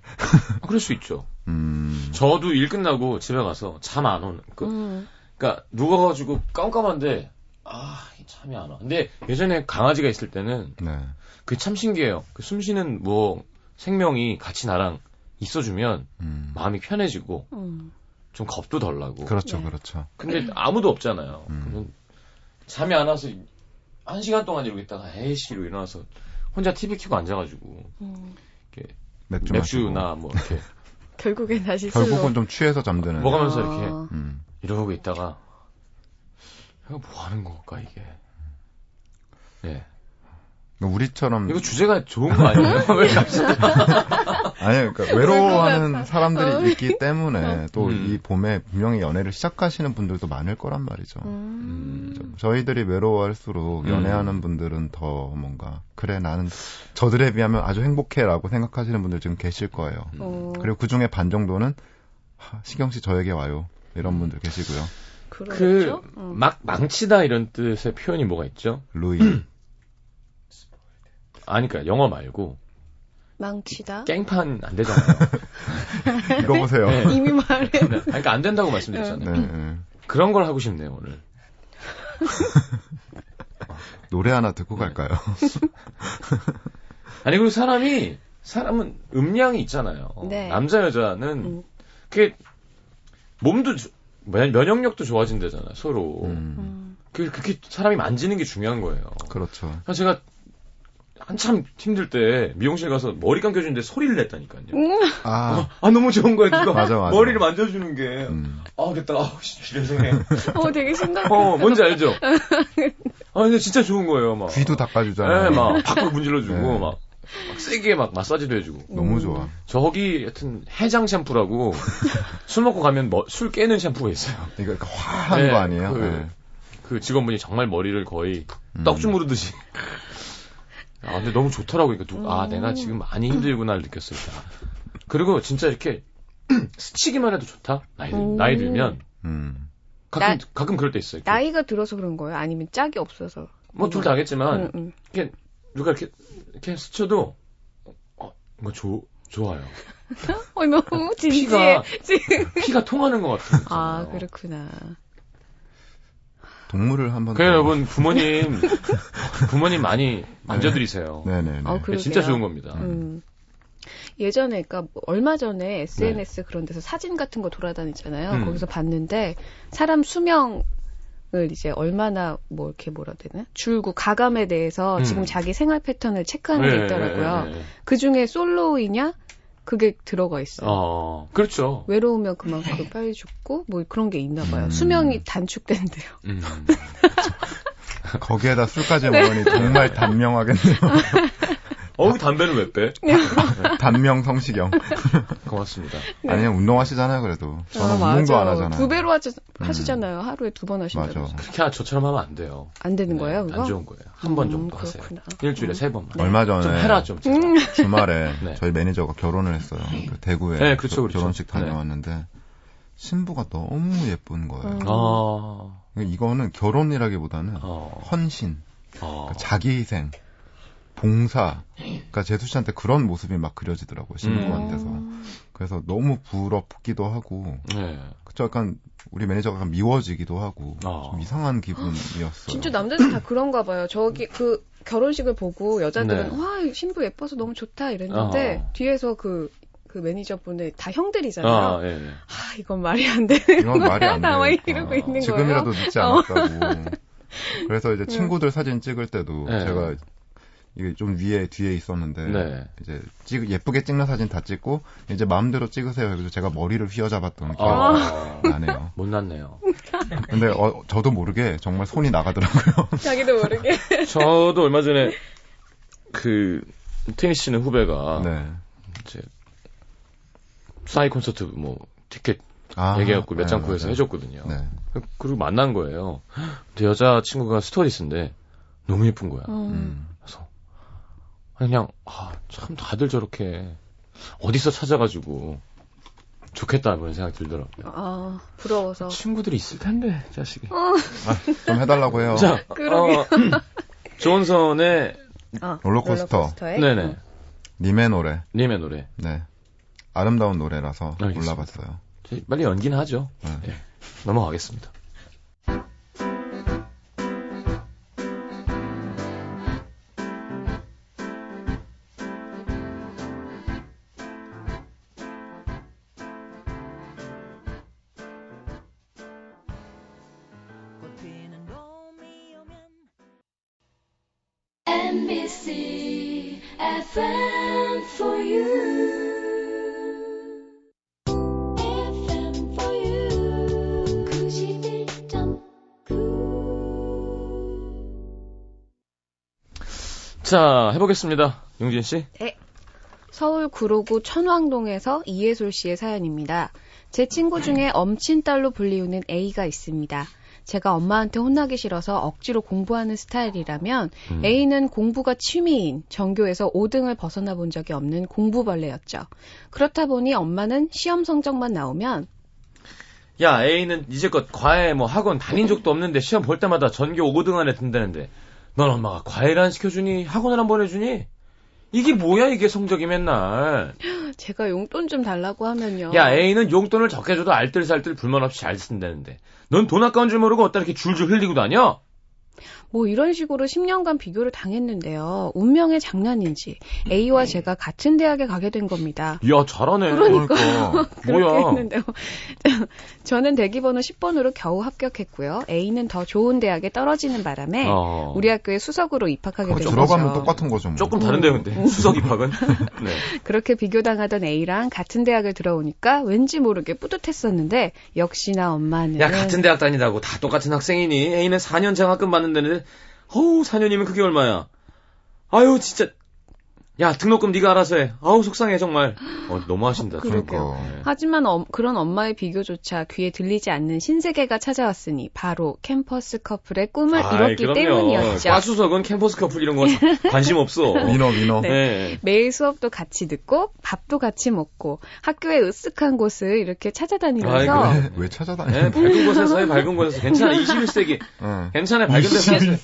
Speaker 1: 아, 그럴 수 있죠.
Speaker 3: 음,
Speaker 1: 저도 일 끝나고 집에 가서 잠 안 오는, 그,
Speaker 4: 음.
Speaker 1: 그니까, 누워가지고 깜깜한데, 아, 이 잠이 안 와. 근데 예전에 강아지가 있을 때는
Speaker 3: 네.
Speaker 1: 그게 참 신기해요. 그 숨쉬는 뭐, 생명이 같이 나랑 있어주면
Speaker 3: 음,
Speaker 1: 마음이 편해지고,
Speaker 4: 음.
Speaker 1: 좀 겁도 덜 나고.
Speaker 3: 그렇죠,
Speaker 4: 네.
Speaker 3: 그렇죠.
Speaker 1: 근데 아무도 없잖아요.
Speaker 3: 음.
Speaker 1: 그러면 잠이 안 와서 한 시간 동안 이러고 있다가 에이씨 이러고 일어나서 혼자 TV 켜고 앉아가지고
Speaker 4: 음.
Speaker 3: 맥주 마시고.
Speaker 1: 맥주나 뭐 이렇게
Speaker 4: 결국엔 다시 술로.
Speaker 3: 결국은 좀 취해서 잠드는.
Speaker 1: 먹으면서
Speaker 4: 아.
Speaker 1: 이렇게
Speaker 3: 음.
Speaker 1: 이러고 있다가 이거 뭐 하는 걸까 이게 예
Speaker 3: 그러니까 우리처럼 음.
Speaker 4: 음?
Speaker 1: 이거 주제가 좋은 거 아니에요? 왜 갑자기
Speaker 3: 아, 아니 그러니까 외로워하는
Speaker 4: 아파.
Speaker 3: 사람들이 있기 때문에 또
Speaker 1: 음.
Speaker 3: 이 봄에 분명히 연애를 시작하시는 분들도 많을 거란 말이죠. 그렇죠.
Speaker 4: 음.
Speaker 3: 저희들이 외로워할수록
Speaker 1: 음.
Speaker 3: 연애하는 분들은 더 뭔가 그래 나는 저들에 비하면 아주 행복해라고 생각하시는 분들 지금 계실 거예요.
Speaker 4: 어,
Speaker 3: 그리고 그 중에 반 정도는 하, 시경 씨 저에게 와요 이런 분들 계시고요.
Speaker 4: 그러겠죠?
Speaker 1: 그
Speaker 4: 음.
Speaker 1: 막 망치다 이런 뜻의 표현이 뭐가 있죠?
Speaker 3: 루이
Speaker 1: 아니 그러니까 영어 말고
Speaker 4: 망치다.
Speaker 1: 깽판 안 되잖아요.
Speaker 3: 이거 보세요.
Speaker 1: 네.
Speaker 3: 네.
Speaker 4: 이미 말해.
Speaker 1: 네. 아니, 그러니까 안 된다고 말씀드렸잖아요.
Speaker 3: 네.
Speaker 1: 그런 걸 하고 싶네요 오늘.
Speaker 3: 노래 하나 듣고 갈까요?
Speaker 1: 아니 그리고 사람이 사람은 음량이 있잖아요.
Speaker 4: 네.
Speaker 1: 남자 여자는
Speaker 4: 음.
Speaker 1: 그게 몸도 주- 면- 면역력도 좋아진다잖아 서로.
Speaker 3: 음,
Speaker 4: 음.
Speaker 1: 그 그게 사람이 만지는 게 중요한 거예요.
Speaker 3: 그렇죠.
Speaker 1: 그래서 제가 한참 힘들 때 미용실 가서 머리 감겨주는데 소리를 냈다니까요.
Speaker 4: 음.
Speaker 3: 아,
Speaker 1: 아 너무 좋은 거야 누가
Speaker 3: 맞아, 맞아.
Speaker 1: 머리를 만져주는 게.
Speaker 3: 음,
Speaker 1: 아 됐다. 아 진짜 죄송해.
Speaker 4: 어, 되게 신나.
Speaker 1: 어 뭔지 알죠? 아 근데 진짜 좋은 거예요 막.
Speaker 3: 귀도
Speaker 1: 예,
Speaker 3: 닦아주잖아요.
Speaker 1: 막 박박 문질러주고
Speaker 3: 네.
Speaker 1: 막, 막 세게 막 마사지도 해주고.
Speaker 4: 음.
Speaker 3: 너무 좋아.
Speaker 1: 저기 하여튼 해장 샴푸라고 술 먹고 가면 머- 술 깨는 샴푸가 있어요.
Speaker 3: 이거 이렇게 화한
Speaker 1: 네,
Speaker 3: 거 아니에요?
Speaker 1: 그-
Speaker 3: 네.
Speaker 1: 그 직원분이 정말 머리를 거의
Speaker 3: 음.
Speaker 1: 떡주무르듯이. 아 근데 너무 좋더라고 이거 누- 아 내가
Speaker 4: 음.
Speaker 1: 지금 많이 힘들구나를 느꼈을 때. 그리고 진짜 이렇게 스치기만 해도 좋다. 나이, 들-
Speaker 4: 음.
Speaker 1: 나이 들면
Speaker 3: 음,
Speaker 1: 가끔
Speaker 4: 나-
Speaker 1: 가끔 그럴 때 있어요.
Speaker 4: 나이가 들어서 그런 거예요? 아니면 짝이 없어서?
Speaker 1: 뭐 둘 다겠지만
Speaker 4: 음, 음.
Speaker 1: 누가 이렇게 이렇게 스쳐도 어 이거 좋 좋아요.
Speaker 4: 어, 너무 진지해.
Speaker 1: 피가 어. 피가 통하는 것 같은. 거
Speaker 4: 아,
Speaker 1: 있잖아요.
Speaker 4: 그렇구나.
Speaker 3: 동물을 한번.
Speaker 1: 그래 그러니까 여러분 부모님 부모님 많이 만져드리세요.
Speaker 3: 네네네.
Speaker 4: 어, 그러게요.
Speaker 1: 진짜 좋은 네. 겁니다.
Speaker 4: 음. 예전에, 그러니까 뭐 얼마 전에 SNS 그런 데서 사진 같은 거 돌아다니잖아요.
Speaker 1: 네. 음.
Speaker 4: 거기서 봤는데 사람 수명을 이제 얼마나 뭐 이렇게 뭐라 해야 되나 줄고 가감에 대해서
Speaker 1: 음.
Speaker 4: 지금 자기 생활 패턴을 체크하는
Speaker 1: 네,
Speaker 4: 게 있더라고요.
Speaker 1: 네, 네, 네.
Speaker 4: 그 중에 솔로이냐 그게 들어가 있어요.
Speaker 1: 어 그렇죠.
Speaker 4: 외로우면 그만큼 빨리 죽고 뭐 그런 게 있나 봐요.
Speaker 3: 음.
Speaker 4: 수명이 단축된대요.
Speaker 1: 음.
Speaker 4: 그-
Speaker 3: 거기에다 술까지
Speaker 4: 네.
Speaker 3: 먹으니 정말 단명하겠네요.
Speaker 1: 어우 담배는 왜 빼?
Speaker 3: 단명 성시경.
Speaker 1: 고맙습니다.
Speaker 3: 아니, 운동하시잖아요, 그래도. 저는
Speaker 4: 네. 아,
Speaker 3: 운동도
Speaker 4: 맞아.
Speaker 3: 안 하잖아요. 음.
Speaker 4: 두 배로 하시, 하시잖아요. 하루에 두 번
Speaker 3: 맞아.
Speaker 4: 하신다고.
Speaker 1: 그렇게 하- 저처럼 하면 안 돼요.
Speaker 4: 안 되는 거예요,
Speaker 1: 네,
Speaker 4: 그거?
Speaker 1: 안 좋은 거예요. 한 번
Speaker 4: 음,
Speaker 1: 정도 하세요.
Speaker 4: 그렇구나.
Speaker 1: 일주일에
Speaker 4: 음.
Speaker 1: 세 번만.
Speaker 3: 얼마 전에
Speaker 1: 좀 해라 좀. 제발.
Speaker 3: 주말에
Speaker 1: 네.
Speaker 3: 저희 매니저가 결혼을 했어요. 그 대구에
Speaker 1: 네, 그렇죠,
Speaker 3: 겨-
Speaker 1: 그렇죠.
Speaker 3: 결혼식
Speaker 1: 네.
Speaker 3: 다녀왔는데 신부가 너무 예쁜 거예요.
Speaker 4: 음.
Speaker 1: 어,
Speaker 3: 이거는 결혼이라기보다는
Speaker 1: 어,
Speaker 3: 헌신,
Speaker 1: 어.
Speaker 3: 그러니까 자기희생, 봉사. 그러니까 제수 씨한테 그런 모습이 막 그려지더라고요.
Speaker 4: 음.
Speaker 3: 신부한테서. 그래서 너무 부럽기도 하고
Speaker 1: 네.
Speaker 3: 그쵸 약간 우리 매니저가 약간 미워지기도 하고
Speaker 1: 아.
Speaker 3: 좀 이상한 기분이었어요.
Speaker 4: 어. 진짜 남자들 다 그런가 봐요. 저기 그 결혼식을 보고
Speaker 1: 네.
Speaker 4: 여자들은 와 신부 예뻐서 너무 좋다 이랬는데
Speaker 1: 어.
Speaker 4: 뒤에서 그, 그 매니저분의 다 형들이잖아요.
Speaker 1: 아,
Speaker 4: 아,
Speaker 1: 예. 예.
Speaker 4: 이건 말이 안 되는
Speaker 3: 이건
Speaker 4: 거야.
Speaker 3: 말이 안
Speaker 4: 나와
Speaker 3: 되니까.
Speaker 4: 이러고 있는
Speaker 3: 지금이라도
Speaker 4: 거예요.
Speaker 3: 늦지
Speaker 4: 어. 네.
Speaker 3: 않았다고. 그래서 이제 친구들 사진 찍을 때도
Speaker 1: 네.
Speaker 3: 제가 이게 좀 위에 뒤에 있었는데
Speaker 1: 네.
Speaker 3: 이제 찍 예쁘게 찍는 사진 다 찍고 이제 마음대로 찍으세요. 그래서 제가 머리를 휘어잡았던 기억이
Speaker 1: 아,
Speaker 3: 나네요.
Speaker 1: 못났네요.
Speaker 3: 근데 어, 저도 모르게 정말 손이 나가더라고요.
Speaker 4: 자기도 모르게.
Speaker 1: 저도 얼마 전에 그 테니스 치는
Speaker 4: 아.
Speaker 1: 후배가
Speaker 3: 네.
Speaker 1: 이제 사이 콘서트 뭐 티켓
Speaker 3: 아,
Speaker 1: 얘기해갖고 몇 장
Speaker 3: 네,
Speaker 1: 구해서
Speaker 3: 맞아요.
Speaker 1: 해줬거든요.
Speaker 3: 네.
Speaker 1: 그리고 만난 거예요. 근데 여자 친구가 스토리스인데 너무 예쁜 거야.
Speaker 3: 음.
Speaker 1: 그래서 아니, 그냥 아, 참 다들 저렇게 어디서 찾아가지고 좋겠다 그런 생각이 들더라고요.
Speaker 4: 아 부러워서.
Speaker 1: 친구들이 있을 텐데 자식이.
Speaker 3: 좀 해달라고 해요.
Speaker 1: 자,
Speaker 4: 어, 그러게요.
Speaker 1: 어, 조은선의
Speaker 4: 아,
Speaker 3: 롤러코스터.
Speaker 4: 롤러코스터에?
Speaker 1: 네네
Speaker 3: 님의 노래.
Speaker 1: 님의 노래.
Speaker 3: 네. 아름다운 노래라서
Speaker 1: 알겠습니다.
Speaker 3: 골라봤어요.
Speaker 1: 저희 빨리 연기는 하죠.
Speaker 3: 네.
Speaker 1: 예, 넘어가겠습니다.
Speaker 2: 꽃피는 봄이 오면
Speaker 6: NBC FM for you. FM for you. 91.9.
Speaker 1: 자, 해보겠습니다. 용진 씨.
Speaker 4: 네. 서울 구로구 천왕동에서 이예솔 씨의 사연입니다. 제 친구 중에 엄친딸로 불리우는 A가 있습니다. 제가 엄마한테 혼나기 싫어서 억지로 공부하는 스타일이라면
Speaker 1: 음.
Speaker 4: A는 공부가 취미인 전교에서 5등을 벗어나 본 적이 없는 공부벌레였죠. 그렇다 보니 엄마는 시험 성적만 나오면
Speaker 1: 야, A는 이제껏 과외 뭐 학원 다닌 적도 없는데 시험 볼 때마다 전교 5등 안에 든다는데 넌 엄마가 과외를 안 시켜주니 학원을 안 보내주니? 이게 뭐야 이게 성적이 맨날.
Speaker 4: 제가 용돈 좀 달라고 하면요.
Speaker 1: 야, A는 용돈을 적게 줘도 알뜰살뜰 불만 없이 잘 쓴다는데 넌 돈 아까운 줄 모르고 어디다 이렇게 줄줄 흘리고 다녀?
Speaker 4: 뭐 이런 식으로 10년간 비교를 당했는데요. 운명의 장난인지
Speaker 1: 음.
Speaker 4: A와 제가 같은 대학에 가게 된 겁니다.
Speaker 1: 야, 잘하네.
Speaker 4: 그러니까. 그렇게
Speaker 1: 뭐야.
Speaker 4: 했는데요. 저는 대기번호 10번으로 겨우 합격했고요. A는 더 좋은 대학에 떨어지는 바람에
Speaker 1: 어.
Speaker 4: 우리 학교에 수석으로 입학하게 된
Speaker 3: 거기
Speaker 4: 거죠.
Speaker 3: 들어가면 똑같은 거죠. 뭐.
Speaker 1: 조금 다른데요,
Speaker 4: 음.
Speaker 1: 근데. 수석 입학은. 네.
Speaker 4: 그렇게 비교당하던 A랑 같은 대학을 들어오니까 왠지 모르게 뿌듯했었는데 역시나 엄마는
Speaker 1: 야, 같은 대학 다니다고 다 똑같은 학생이니? A는 4년 장학금 받는다는데, 어우, 4년이면 그게 얼마야? 아유, 진짜. 야, 등록금 네가 알아서 해. 아우, 속상해, 정말. 어, 너무하신다.
Speaker 3: 그러니까.
Speaker 1: 네.
Speaker 4: 하지만 엄- 그런 엄마의 비교조차 귀에 들리지 않는 신세계가 찾아왔으니 바로 캠퍼스 커플의 꿈을
Speaker 1: 아이,
Speaker 4: 이뤘기
Speaker 1: 그럼요.
Speaker 4: 때문이었죠.
Speaker 1: 과수석은 캠퍼스 커플 이런 거 관심 없어.
Speaker 3: 민어 민어.
Speaker 1: 네.
Speaker 4: 매일 수업도 같이 듣고 밥도 같이 먹고 학교의 으쓱한 곳을 이렇게 찾아다니면서
Speaker 1: 아이, 그래. 네,
Speaker 3: 왜 찾아다니는 거야?
Speaker 1: 밝은 곳에서 해, 밝은 곳에서. 괜찮아, 21세기.
Speaker 3: 응.
Speaker 1: 괜찮아, 밝은 데서 하세요.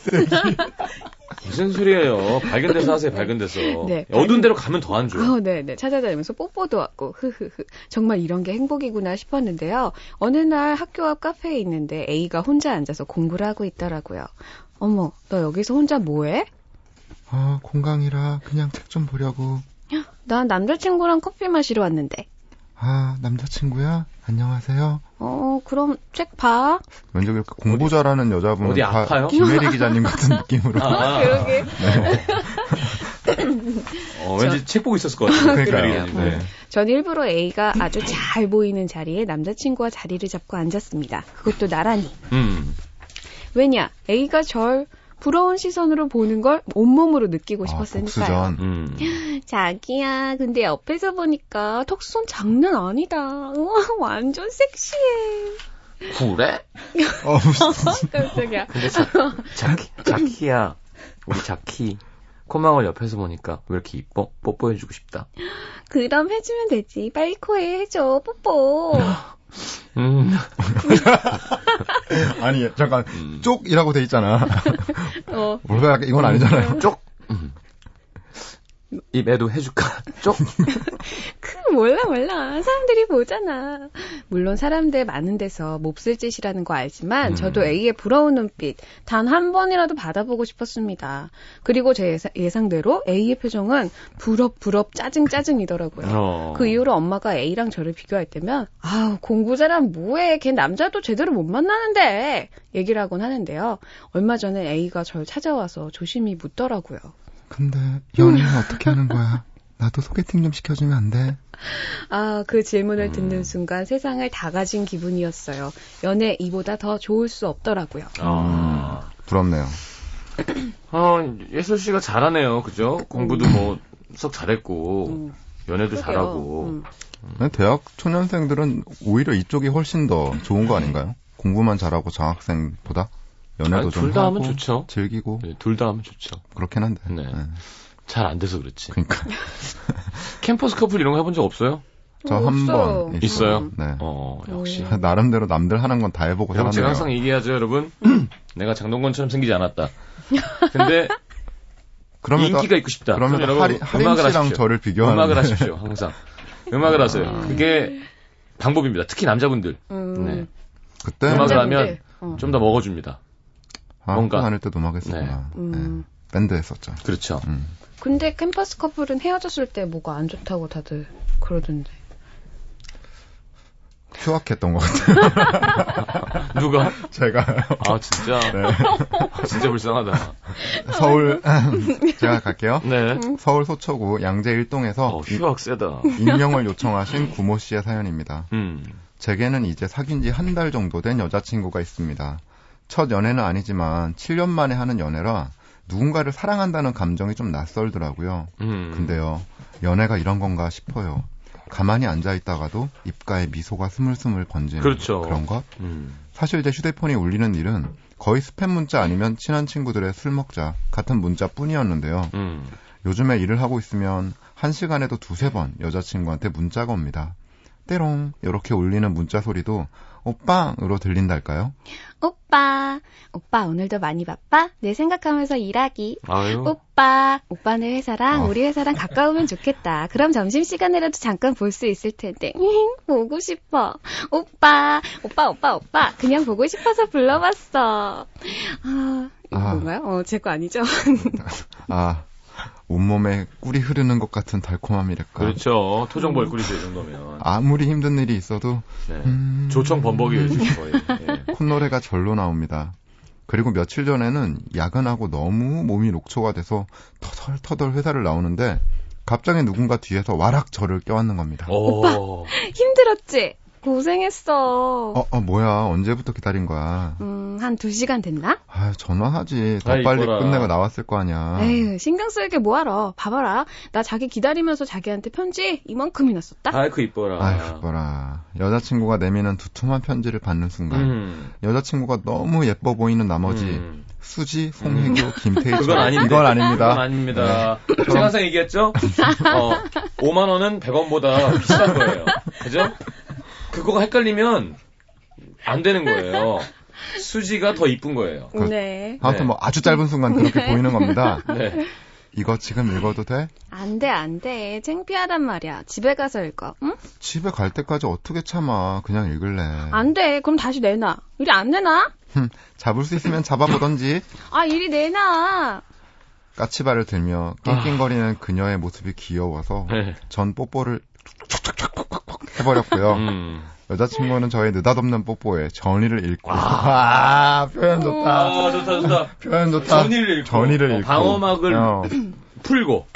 Speaker 1: 무슨 소리예요. 밝은 데서 하세요, 밝은 데서.
Speaker 4: 네,
Speaker 1: 어두운 데로 가면 더 안
Speaker 3: 예.
Speaker 1: 좋아.
Speaker 4: 어, 네, 네. 찾아다니면서 뽀뽀도 하고, 흐흐흐. 정말 이런 게 행복이구나 싶었는데요. 어느 날 학교 앞 카페에 있는데 A가 혼자 앉아서 공부를 하고 있더라고요. 어머, 너 여기서 혼자 뭐해?
Speaker 3: 아 공강이라 그냥 책 좀 보려고.
Speaker 4: 난 남자친구랑 커피 마시러 왔는데.
Speaker 3: 아 남자친구야 안녕하세요.
Speaker 4: 어, 그럼 책 봐.
Speaker 3: 왠지 이렇게 공부 잘하는 여자분
Speaker 1: 어디 아파요?
Speaker 3: 김혜리 기자님 같은 느낌으로. 네.
Speaker 1: 아,
Speaker 4: 그러게.
Speaker 1: 어, 왠지 책 보고 있었을 것 같아요.
Speaker 3: 그러니까요.
Speaker 1: 네.
Speaker 3: 네.
Speaker 4: 전 일부러 A가 아주 잘 보이는 자리에 남자친구와 자리를 잡고 앉았습니다. 그것도 나란히.
Speaker 1: 음.
Speaker 4: 왜냐, A가 절 부러운 시선으로 보는 걸 온몸으로 느끼고
Speaker 3: 아,
Speaker 4: 싶었으니까요.
Speaker 3: 복수전.
Speaker 1: 음.
Speaker 4: 자기야, 근데 옆에서 보니까 턱선 장난 아니다. 우와, 완전 섹시해.
Speaker 1: 그래?
Speaker 3: 어, 무슨-
Speaker 4: 깜짝이야.
Speaker 1: 근데 자, 자키, 자키야. 우리 자키. 코망을 옆에서 보니까 왜 이렇게 이뻐? 뽀뽀해주고 싶다.
Speaker 4: 그럼 해주면 되지. 빨리 코에 해줘. 뽀뽀.
Speaker 1: 음.
Speaker 3: 아니 잠깐
Speaker 1: 음.
Speaker 3: 쪽이라고 돼 있잖아.
Speaker 4: 어,
Speaker 3: 몰라 이건 아니잖아요.
Speaker 1: 쪽. 음. 입에도 해줄까? 쪽.
Speaker 4: 크, 몰라, 몰라. 사람들이 보잖아. 물론 사람들 많은 데서 몹쓸 짓이라는 거 알지만,
Speaker 1: 음.
Speaker 4: 저도 A의 부러운 눈빛, 단 한 번이라도 받아보고 싶었습니다. 그리고 제 예상- 예상대로 A의 표정은 부럽, 부럽, 짜증, 짜증이더라고요.
Speaker 1: 어.
Speaker 4: 그 이후로 엄마가 A랑 저를 비교할 때면 아우 공부 잘하면 뭐해 걔 남자도 제대로 못 만나는데 얘기를 하곤 하는데요 얼마 전에 A가 저를 찾아와서 조심히 묻더라고요
Speaker 3: 근데 연애는 어떻게 하는 거야? 나도 소개팅 좀 시켜주면 안 돼?
Speaker 4: 아 그 질문을
Speaker 1: 음.
Speaker 4: 듣는 순간 세상을 다 가진 기분이었어요 연애 이보다 더 좋을 수 없더라고요
Speaker 1: 아.
Speaker 3: 부럽네요.
Speaker 1: 어, 예솔 씨가 잘하네요. 그죠? 공부도 뭐 썩 잘했고
Speaker 4: 음,
Speaker 1: 연애도
Speaker 4: 그러게요.
Speaker 1: 잘하고.
Speaker 4: 음.
Speaker 3: 네, 대학 초년생들은 오히려 이쪽이 훨씬 더 좋은 거 아닌가요? 공부만 잘하고 장학생보다 연애도
Speaker 1: 아니,
Speaker 3: 좀
Speaker 1: 둘다
Speaker 3: 하고
Speaker 1: 하면 좋죠.
Speaker 3: 즐기고
Speaker 1: 네, 둘 다 하면 좋죠.
Speaker 3: 그렇긴 한데.
Speaker 1: 네.
Speaker 4: 어,
Speaker 3: 네.
Speaker 1: 잘 안 돼서 그렇지.
Speaker 3: 그러니까
Speaker 1: 캠퍼스 커플 이런 거 해본 적 없어요?
Speaker 3: 저
Speaker 4: 어,
Speaker 3: 한
Speaker 4: 없어요.
Speaker 3: 번
Speaker 1: 있어요?
Speaker 3: 네.
Speaker 1: 어, 역시.
Speaker 3: 나름대로 남들 하는 건 다 해보고
Speaker 1: 여러분 제가
Speaker 3: 살았네요.
Speaker 1: 항상 얘기하죠, 여러분. 내가 장동건처럼 생기지 않았다. 근데
Speaker 3: 그러면서
Speaker 1: 인기가 있고 싶다.
Speaker 3: 그러면
Speaker 1: 그럼 여러분
Speaker 3: 하리- 하림
Speaker 1: 음악을
Speaker 3: 씨랑 아.
Speaker 1: 하십시오.
Speaker 3: 저를 비교하는
Speaker 1: 음악을
Speaker 3: 게-
Speaker 1: 하십시오. 항상 음악을 하세요. 그게 방법입니다. 특히 남자분들
Speaker 4: 음,
Speaker 1: 네.
Speaker 3: 그때
Speaker 1: 음악을
Speaker 4: 남자분들.
Speaker 1: 하면
Speaker 4: 어.
Speaker 1: 좀 더 먹어줍니다.
Speaker 3: 아,
Speaker 1: 뭔가.
Speaker 3: 학교 다닐 때도 음악 했었구나.
Speaker 4: 네. 음.
Speaker 3: 네. 밴드 했었죠.
Speaker 1: 그렇죠.
Speaker 3: 음.
Speaker 4: 근데 캠퍼스 커플은 헤어졌을 때 뭐가 안 좋다고 다들 그러던데
Speaker 3: 휴학했던 것 같아요.
Speaker 1: 누가?
Speaker 3: 제가
Speaker 1: 아 진짜.
Speaker 3: 네.
Speaker 1: 아, 진짜 불쌍하다.
Speaker 3: 서울 음, 제가 갈게요.
Speaker 1: 네.
Speaker 3: 서울 소초구 양재 일동에서
Speaker 1: 어, 휴학 세다.
Speaker 3: 임명을 요청하신 구모 씨의 사연입니다.
Speaker 1: 음.
Speaker 3: 제게는 이제 사귄 지 한 달 정도 된 여자친구가 있습니다. 첫 연애는 아니지만 7년 만에 하는 연애라 누군가를 사랑한다는 감정이 좀 낯설더라고요.
Speaker 1: 음.
Speaker 3: 근데요, 연애가 이런 건가 싶어요. 가만히 앉아 있다가도 입가에 미소가 스물스물 번지는
Speaker 1: 그렇죠.
Speaker 3: 런 것.
Speaker 1: 음.
Speaker 3: 사실 제 휴대폰이 울리는 일은 거의 스팸 문자 아니면 친한 친구들의 술 먹자 같은 문자뿐이었는데요.
Speaker 1: 음.
Speaker 3: 요즘에 일을 하고 있으면 한 시간에도 두세 번 여자친구한테 문자가 옵니다. 때롱 이렇게 울리는 문자 소리도 오빵으로 들린달까요?
Speaker 4: 오빠, 오빠 오늘도 많이 바빠? 내 생각하면서 일하기.
Speaker 1: 아유.
Speaker 4: 오빠, 오빠네 회사랑
Speaker 3: 어.
Speaker 4: 우리 회사랑 가까우면 좋겠다. 그럼 점심시간이라도 잠깐 볼 수 있을 텐데. 보고 싶어. 오빠, 오빠, 오빠, 오빠. 그냥 보고 싶어서 불러봤어. 아,
Speaker 3: 아.
Speaker 4: 이거 뭔가요? 어, 제 거 아니죠?
Speaker 3: 아 온몸에 꿀이 흐르는 것 같은 달콤함이랄까.
Speaker 1: 그렇죠. 토종 벌꿀이죠, 이 정도면.
Speaker 3: 음. 아무리 힘든 일이 있어도
Speaker 1: 네.
Speaker 3: 음.
Speaker 1: 조청 범벅이 해주실 거예요. 예.
Speaker 3: 콧노래가 절로 나옵니다. 그리고 며칠 전에는 야근하고 너무 몸이 녹초가 돼서 터덜터덜 회사를 나오는데 갑자기 누군가 뒤에서 와락 저를 껴안는 겁니다. 어,
Speaker 1: 오.
Speaker 4: 힘들었지? 고생했어.
Speaker 3: 어, 뭐야 언제부터 기다린 거야?
Speaker 4: 음, 한 두시간 됐나?
Speaker 3: 아 전화하지 더
Speaker 1: 아이,
Speaker 3: 빨리
Speaker 1: 이뻐라.
Speaker 3: 끝내고 나왔을 거 아니야.
Speaker 4: 에휴, 신경 쓸게 뭐하러. 봐봐라. 나 자기 기다리면서 자기한테 편지 이만큼이나 썼다.
Speaker 1: 아이쿠, 이뻐라.
Speaker 3: 아휴 봐라 여자친구가 내미는 두툼한 편지를 받는 순간
Speaker 1: 음.
Speaker 3: 여자친구가 너무 예뻐 보이는 나머지
Speaker 1: 음.
Speaker 3: 수지, 송혜교, 김태희
Speaker 1: 그건 아닌데.
Speaker 3: 이건 아닙니다. 네.
Speaker 1: 그건 아닙니다. 제가 항상 얘기했죠? 어, 5만원은 100원보다 비싼 거예요. 그죠? 그거가 헷갈리면 안 되는 거예요. 수지가 더 이쁜 거예요.
Speaker 3: 그-
Speaker 4: 네.
Speaker 3: 아무튼
Speaker 1: 네.
Speaker 3: 뭐 아주 짧은 순간 그렇게 보이는 겁니다.
Speaker 1: 네.
Speaker 3: 이거 지금 읽어도 돼?
Speaker 4: 안 돼, 안 돼. 창피하단 말이야. 집에 가서 읽어. 응?
Speaker 3: 집에 갈 때까지 어떻게 참아? 그냥 읽을래.
Speaker 4: 안 돼. 그럼 다시 내놔. 이리 안 내놔?
Speaker 3: 흠, 잡을 수 있으면 잡아보던지.
Speaker 4: 아, 이리 내놔.
Speaker 3: 까치발을 들며 낑낑거리는 그녀의 모습이 귀여워서
Speaker 1: 네.
Speaker 3: 전 뽀뽀를 촉촉촉촉촉촉 해버렸고요.
Speaker 1: 음.
Speaker 3: 여자친구는 저의 느닷없는 뽀뽀에 전의를 잃고. 아, 표현 좋다.
Speaker 1: 아, 좋다, 좋다.
Speaker 3: 표현 좋다.
Speaker 1: 전의를 잃고.
Speaker 3: 전의를
Speaker 1: 어,
Speaker 3: 잃고.
Speaker 1: 방어막을
Speaker 3: 어,
Speaker 1: 풀고.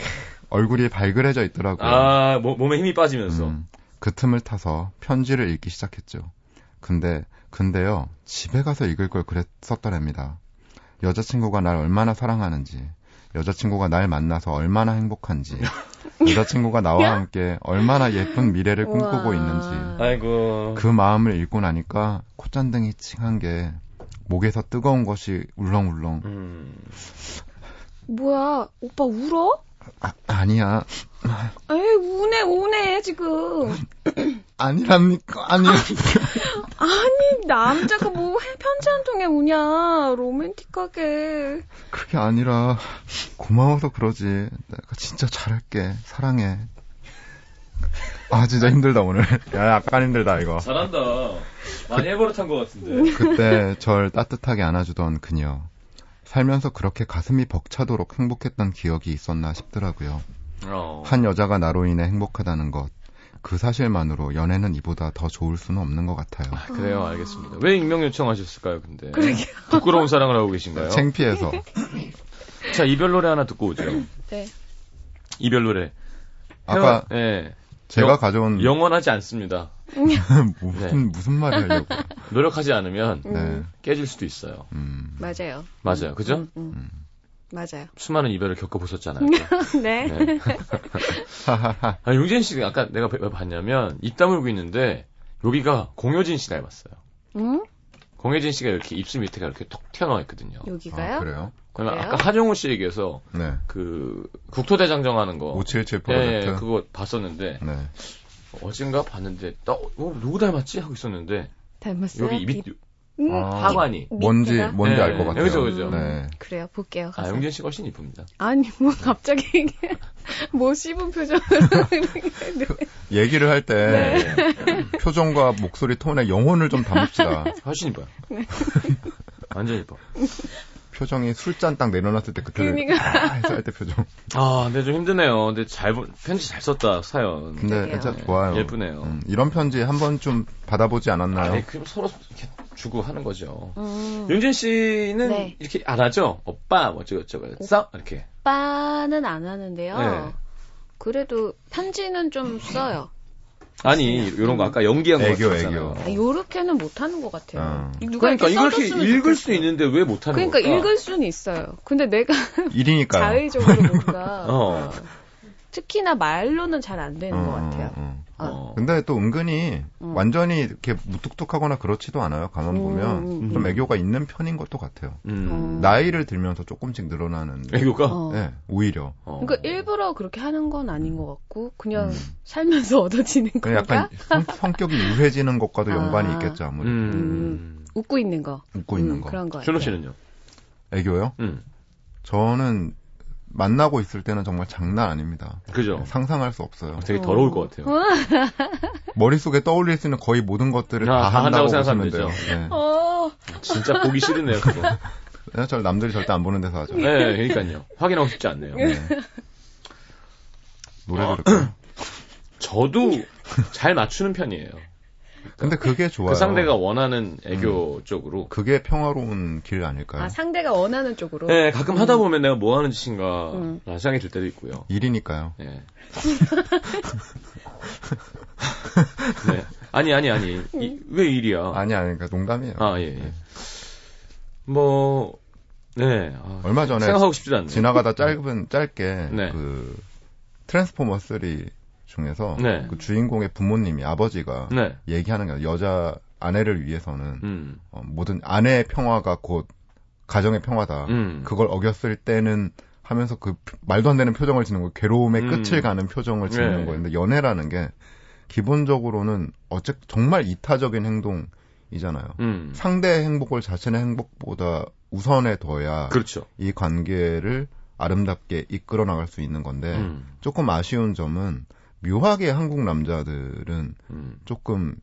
Speaker 3: 얼굴이 발그레져 있더라고요.
Speaker 1: 아, 모- 몸에 힘이 빠지면서.
Speaker 3: 음, 그 틈을 타서 편지를 읽기 시작했죠. 근데, 근데요, 집에 가서 읽을 걸 그랬었더랍니다. 여자친구가 날 얼마나 사랑하는지, 여자친구가 날 만나서 얼마나 행복한지, 여자친구가 나와 함께 얼마나 예쁜 미래를 꿈꾸고
Speaker 4: 우와.
Speaker 3: 있는지,
Speaker 1: 아이고.
Speaker 3: 그 마음을 읽고 나니까 콧잔등이 칭한 게, 목에서 뜨거운 것이 울렁울렁,
Speaker 1: 음.
Speaker 4: 뭐야, 오빠 울어?
Speaker 3: 아, 아니야,
Speaker 4: 에이, 우네, 우네, 지금.
Speaker 3: 아니랍니까, 아니야.
Speaker 4: 아니, 남자가 뭐 해- 편지 한 통에 우냐. 로맨틱하게.
Speaker 3: 그게 아니라 고마워서 그러지. 내가 진짜 잘할게. 사랑해. 아 진짜 힘들다 오늘. 야 약간 힘들다 이거.
Speaker 1: 잘한다. 많이 해버릇한 것 같은데.
Speaker 3: 그때 절 따뜻하게 안아주던 그녀. 살면서 그렇게 가슴이 벅차도록 행복했던 기억이 있었나 싶더라고요.
Speaker 1: 어.
Speaker 3: 한 여자가 나로 인해 행복하다는 것. 그 사실만으로 연애는 이보다 더 좋을 수는 없는 것 같아요.
Speaker 1: 그래요, 알겠습니다. 왜 익명 요청하셨을까요, 근데? 부끄러운 사랑을 하고
Speaker 3: 네,
Speaker 1: 계신가요?
Speaker 3: 창피해서.
Speaker 1: 자, 이별 노래 하나 듣고 오죠.
Speaker 4: 네.
Speaker 1: 이별 노래.
Speaker 3: 아까 음.
Speaker 1: 헤어- 예.
Speaker 3: 제가
Speaker 1: 영-
Speaker 3: 가져온
Speaker 1: 영원하지 네. 않습니다.
Speaker 3: 무슨 무슨 말을 하려고.
Speaker 1: 노력하지 않으면
Speaker 3: 네.
Speaker 1: 깨질 수도 있어요.
Speaker 3: 음.
Speaker 4: 맞아요.
Speaker 1: 맞아요. 그죠?
Speaker 4: 음. 맞아요.
Speaker 1: 수많은 이별을 겪어보셨잖아요.
Speaker 4: 네.
Speaker 1: 네. 아, 용진 씨, 아까 내가 왜 봤냐면, 입 다물고 있는데, 여기가 공효진 씨 닮았어요.
Speaker 4: 응?
Speaker 1: 공효진 씨가 이렇게 입술 밑에가 이렇게 톡 튀어나와 있거든요.
Speaker 4: 여기가요?
Speaker 3: 아, 그래요?
Speaker 1: 그러면
Speaker 4: 그래요?
Speaker 1: 아까 하정우 씨 얘기해서,
Speaker 3: 네.
Speaker 1: 그, 국토대장정 하는 거.
Speaker 3: 577
Speaker 1: 예,
Speaker 3: 프로젝트.
Speaker 1: 예, 그거 봤었는데,
Speaker 3: 네.
Speaker 1: 어젠가 봤는데, 어, 어, 누구 닮았지? 하고 있었는데,
Speaker 4: 닮았어요?
Speaker 1: 여기 밑,
Speaker 4: 음,
Speaker 3: 아,
Speaker 1: 하관이.
Speaker 3: 뭔지
Speaker 4: 밑에가?
Speaker 3: 뭔지
Speaker 1: 네,
Speaker 3: 알 것 같아요.
Speaker 1: 여기서 그죠?
Speaker 3: 네.
Speaker 4: 그래요, 볼게요.
Speaker 1: 아,
Speaker 4: 가서.
Speaker 1: 용진 씨가 훨씬 이쁩니다.
Speaker 4: 아니, 뭐, 갑자기 이게, 뭐 씹은 표정으로.
Speaker 3: 얘기를 할 때
Speaker 1: 네.
Speaker 3: 표정과 목소리 톤에 영혼을 좀 담읍시다.
Speaker 1: 훨씬 이뻐요.
Speaker 4: 네.
Speaker 1: 완전 이뻐.
Speaker 3: 표정이 술잔 딱 내려놨을 때 그때
Speaker 4: 그러니까.
Speaker 3: 해서 할 때 표정.
Speaker 1: 아, 근데 좀 힘드네요. 근데 잘, 보- 편지 잘 썼다, 사연.
Speaker 3: 근데
Speaker 4: 그러게요.
Speaker 3: 진짜 좋아요.
Speaker 1: 예쁘네요.
Speaker 3: 음, 이런 편지 한 번쯤 받아보지 않았나요?
Speaker 1: 아니, 네, 그럼 서로 이렇게 주고 하는 거죠.
Speaker 4: 음,
Speaker 1: 윤진 씨는
Speaker 4: 네.
Speaker 1: 이렇게 안 하죠? 오빠, 뭐, 어쩌고저쩌고. 써? 이렇게.
Speaker 4: 오빠는 안 하는데요.
Speaker 1: 네.
Speaker 4: 그래도 편지는 좀 써요.
Speaker 1: 아니 이런 거 아까 연기한 거
Speaker 3: 애교,
Speaker 1: 같잖아요.
Speaker 3: 애교.
Speaker 4: 아, 요렇게는 못하는 것
Speaker 3: 어.
Speaker 4: 같아요. 누가
Speaker 1: 그러니까 이걸
Speaker 4: 이렇게
Speaker 1: 이렇게
Speaker 4: 써줬으면
Speaker 1: 읽을
Speaker 4: 좋겠어.
Speaker 1: 수 있는데 왜 못하는
Speaker 4: 그러니까
Speaker 1: 걸까?
Speaker 4: 읽을 수는 있어요. 근데 내가
Speaker 3: 일이니까요.
Speaker 4: 자의적으로 뭔가
Speaker 1: 어.
Speaker 4: 특히나 말로는 잘 안 되는 것 같아요.
Speaker 3: 어.
Speaker 4: 어.
Speaker 1: 어.
Speaker 3: 근데 또 은근히
Speaker 4: 음.
Speaker 3: 완전히 이렇게 무뚝뚝하거나 그렇지도 않아요. 가만
Speaker 4: 음,
Speaker 3: 보면
Speaker 4: 음,
Speaker 3: 좀
Speaker 1: 음.
Speaker 3: 애교가 있는 편인 것도 같아요.
Speaker 1: 음.
Speaker 4: 음.
Speaker 3: 나이를 들면서 조금씩 늘어나는.
Speaker 1: 애교가.
Speaker 4: 어.
Speaker 3: 네, 오히려.
Speaker 1: 어.
Speaker 4: 그러니까 일부러 그렇게 하는 건 아닌 것 같고 그냥
Speaker 3: 음.
Speaker 4: 살면서 얻어지는
Speaker 3: 그
Speaker 4: 거니까
Speaker 3: 약간 성, 격이 우회지는 것과도
Speaker 4: 아.
Speaker 3: 연관이 있겠죠 아무리
Speaker 1: 음.
Speaker 4: 웃고 있는 거.
Speaker 3: 웃고 있는
Speaker 4: 음,
Speaker 3: 거.
Speaker 4: 그런 거.
Speaker 1: 준호 씨는요?
Speaker 3: 애교요?
Speaker 1: 음.
Speaker 3: 저는 만나고 있을 때는 정말 장난 아닙니다.
Speaker 1: 그죠.
Speaker 3: 네, 상상할 수 없어요.
Speaker 1: 되게 더러울 것 같아요.
Speaker 3: 머릿속에 떠올릴 수 있는 거의 모든 것들을
Speaker 1: 아,
Speaker 3: 다
Speaker 1: 다
Speaker 3: 한다고
Speaker 1: 한다고
Speaker 3: 보시면
Speaker 1: 생각하면
Speaker 3: 돼요. 네.
Speaker 4: 어,
Speaker 1: 진짜 보기 싫으네요, 그거.
Speaker 3: 네, 저 남들이 절대 안 보는 데서 하죠.
Speaker 1: 네, 그러니까요. 확인하고 싶지 않네요.
Speaker 3: 예. 노래
Speaker 1: 어.
Speaker 3: 들을까요?
Speaker 1: 저도 잘 맞추는 편이에요.
Speaker 3: 근데 그게 좋아요. 음.
Speaker 1: 그 상대가 원하는 애교 쪽으로.
Speaker 3: 그게 평화로운 길 아닐까요?
Speaker 4: 아 상대가 원하는 쪽으로.
Speaker 1: 네, 가끔 하다 보면 내가 뭐 하는 짓인가
Speaker 4: 음.
Speaker 1: 라는 생각이 들 때도 있고요.
Speaker 3: 일이니까요.
Speaker 1: 예. 네. 아니, 아니, 아니. 이- 왜 일이야?
Speaker 3: 아니 아니 그러니까 농담이에요.
Speaker 1: 어. 아, 예, 예. 뭐, 네. 아,
Speaker 3: 얼마 전에
Speaker 1: 생각하고 싶지도 않네요.
Speaker 3: 지나가다 짧은 짧게
Speaker 1: 네.
Speaker 3: 그 트랜스포머 3 중에서
Speaker 1: 네.
Speaker 3: 그 주인공의 부모님이 아버지가
Speaker 1: 네.
Speaker 3: 얘기하는 거예요. 여자 아내를 위해서는
Speaker 1: 음.
Speaker 3: 어, 모든 아내의 평화가 곧 가정의 평화다.
Speaker 1: 음.
Speaker 3: 아, 그걸 어겼을 때는 하면서 그 표- 말도 안 되는 표정을 짓는 거 괴로움의
Speaker 1: 음.
Speaker 3: 끝을 가는 표정을 짓는
Speaker 1: 네.
Speaker 3: 거였는데 연애라는 게 기본적으로는 어째 정말 이타적인 행동이잖아요.
Speaker 1: 음.
Speaker 3: 상대의 행복을 자신의 행복보다 우선에 둬야
Speaker 1: 그렇죠.
Speaker 3: 이 관계를 아름답게 이끌어 나갈 수 있는 건데
Speaker 1: 음.
Speaker 3: 조금 아쉬운 점은 묘하게 한국 남자들은
Speaker 1: 음.
Speaker 3: 조금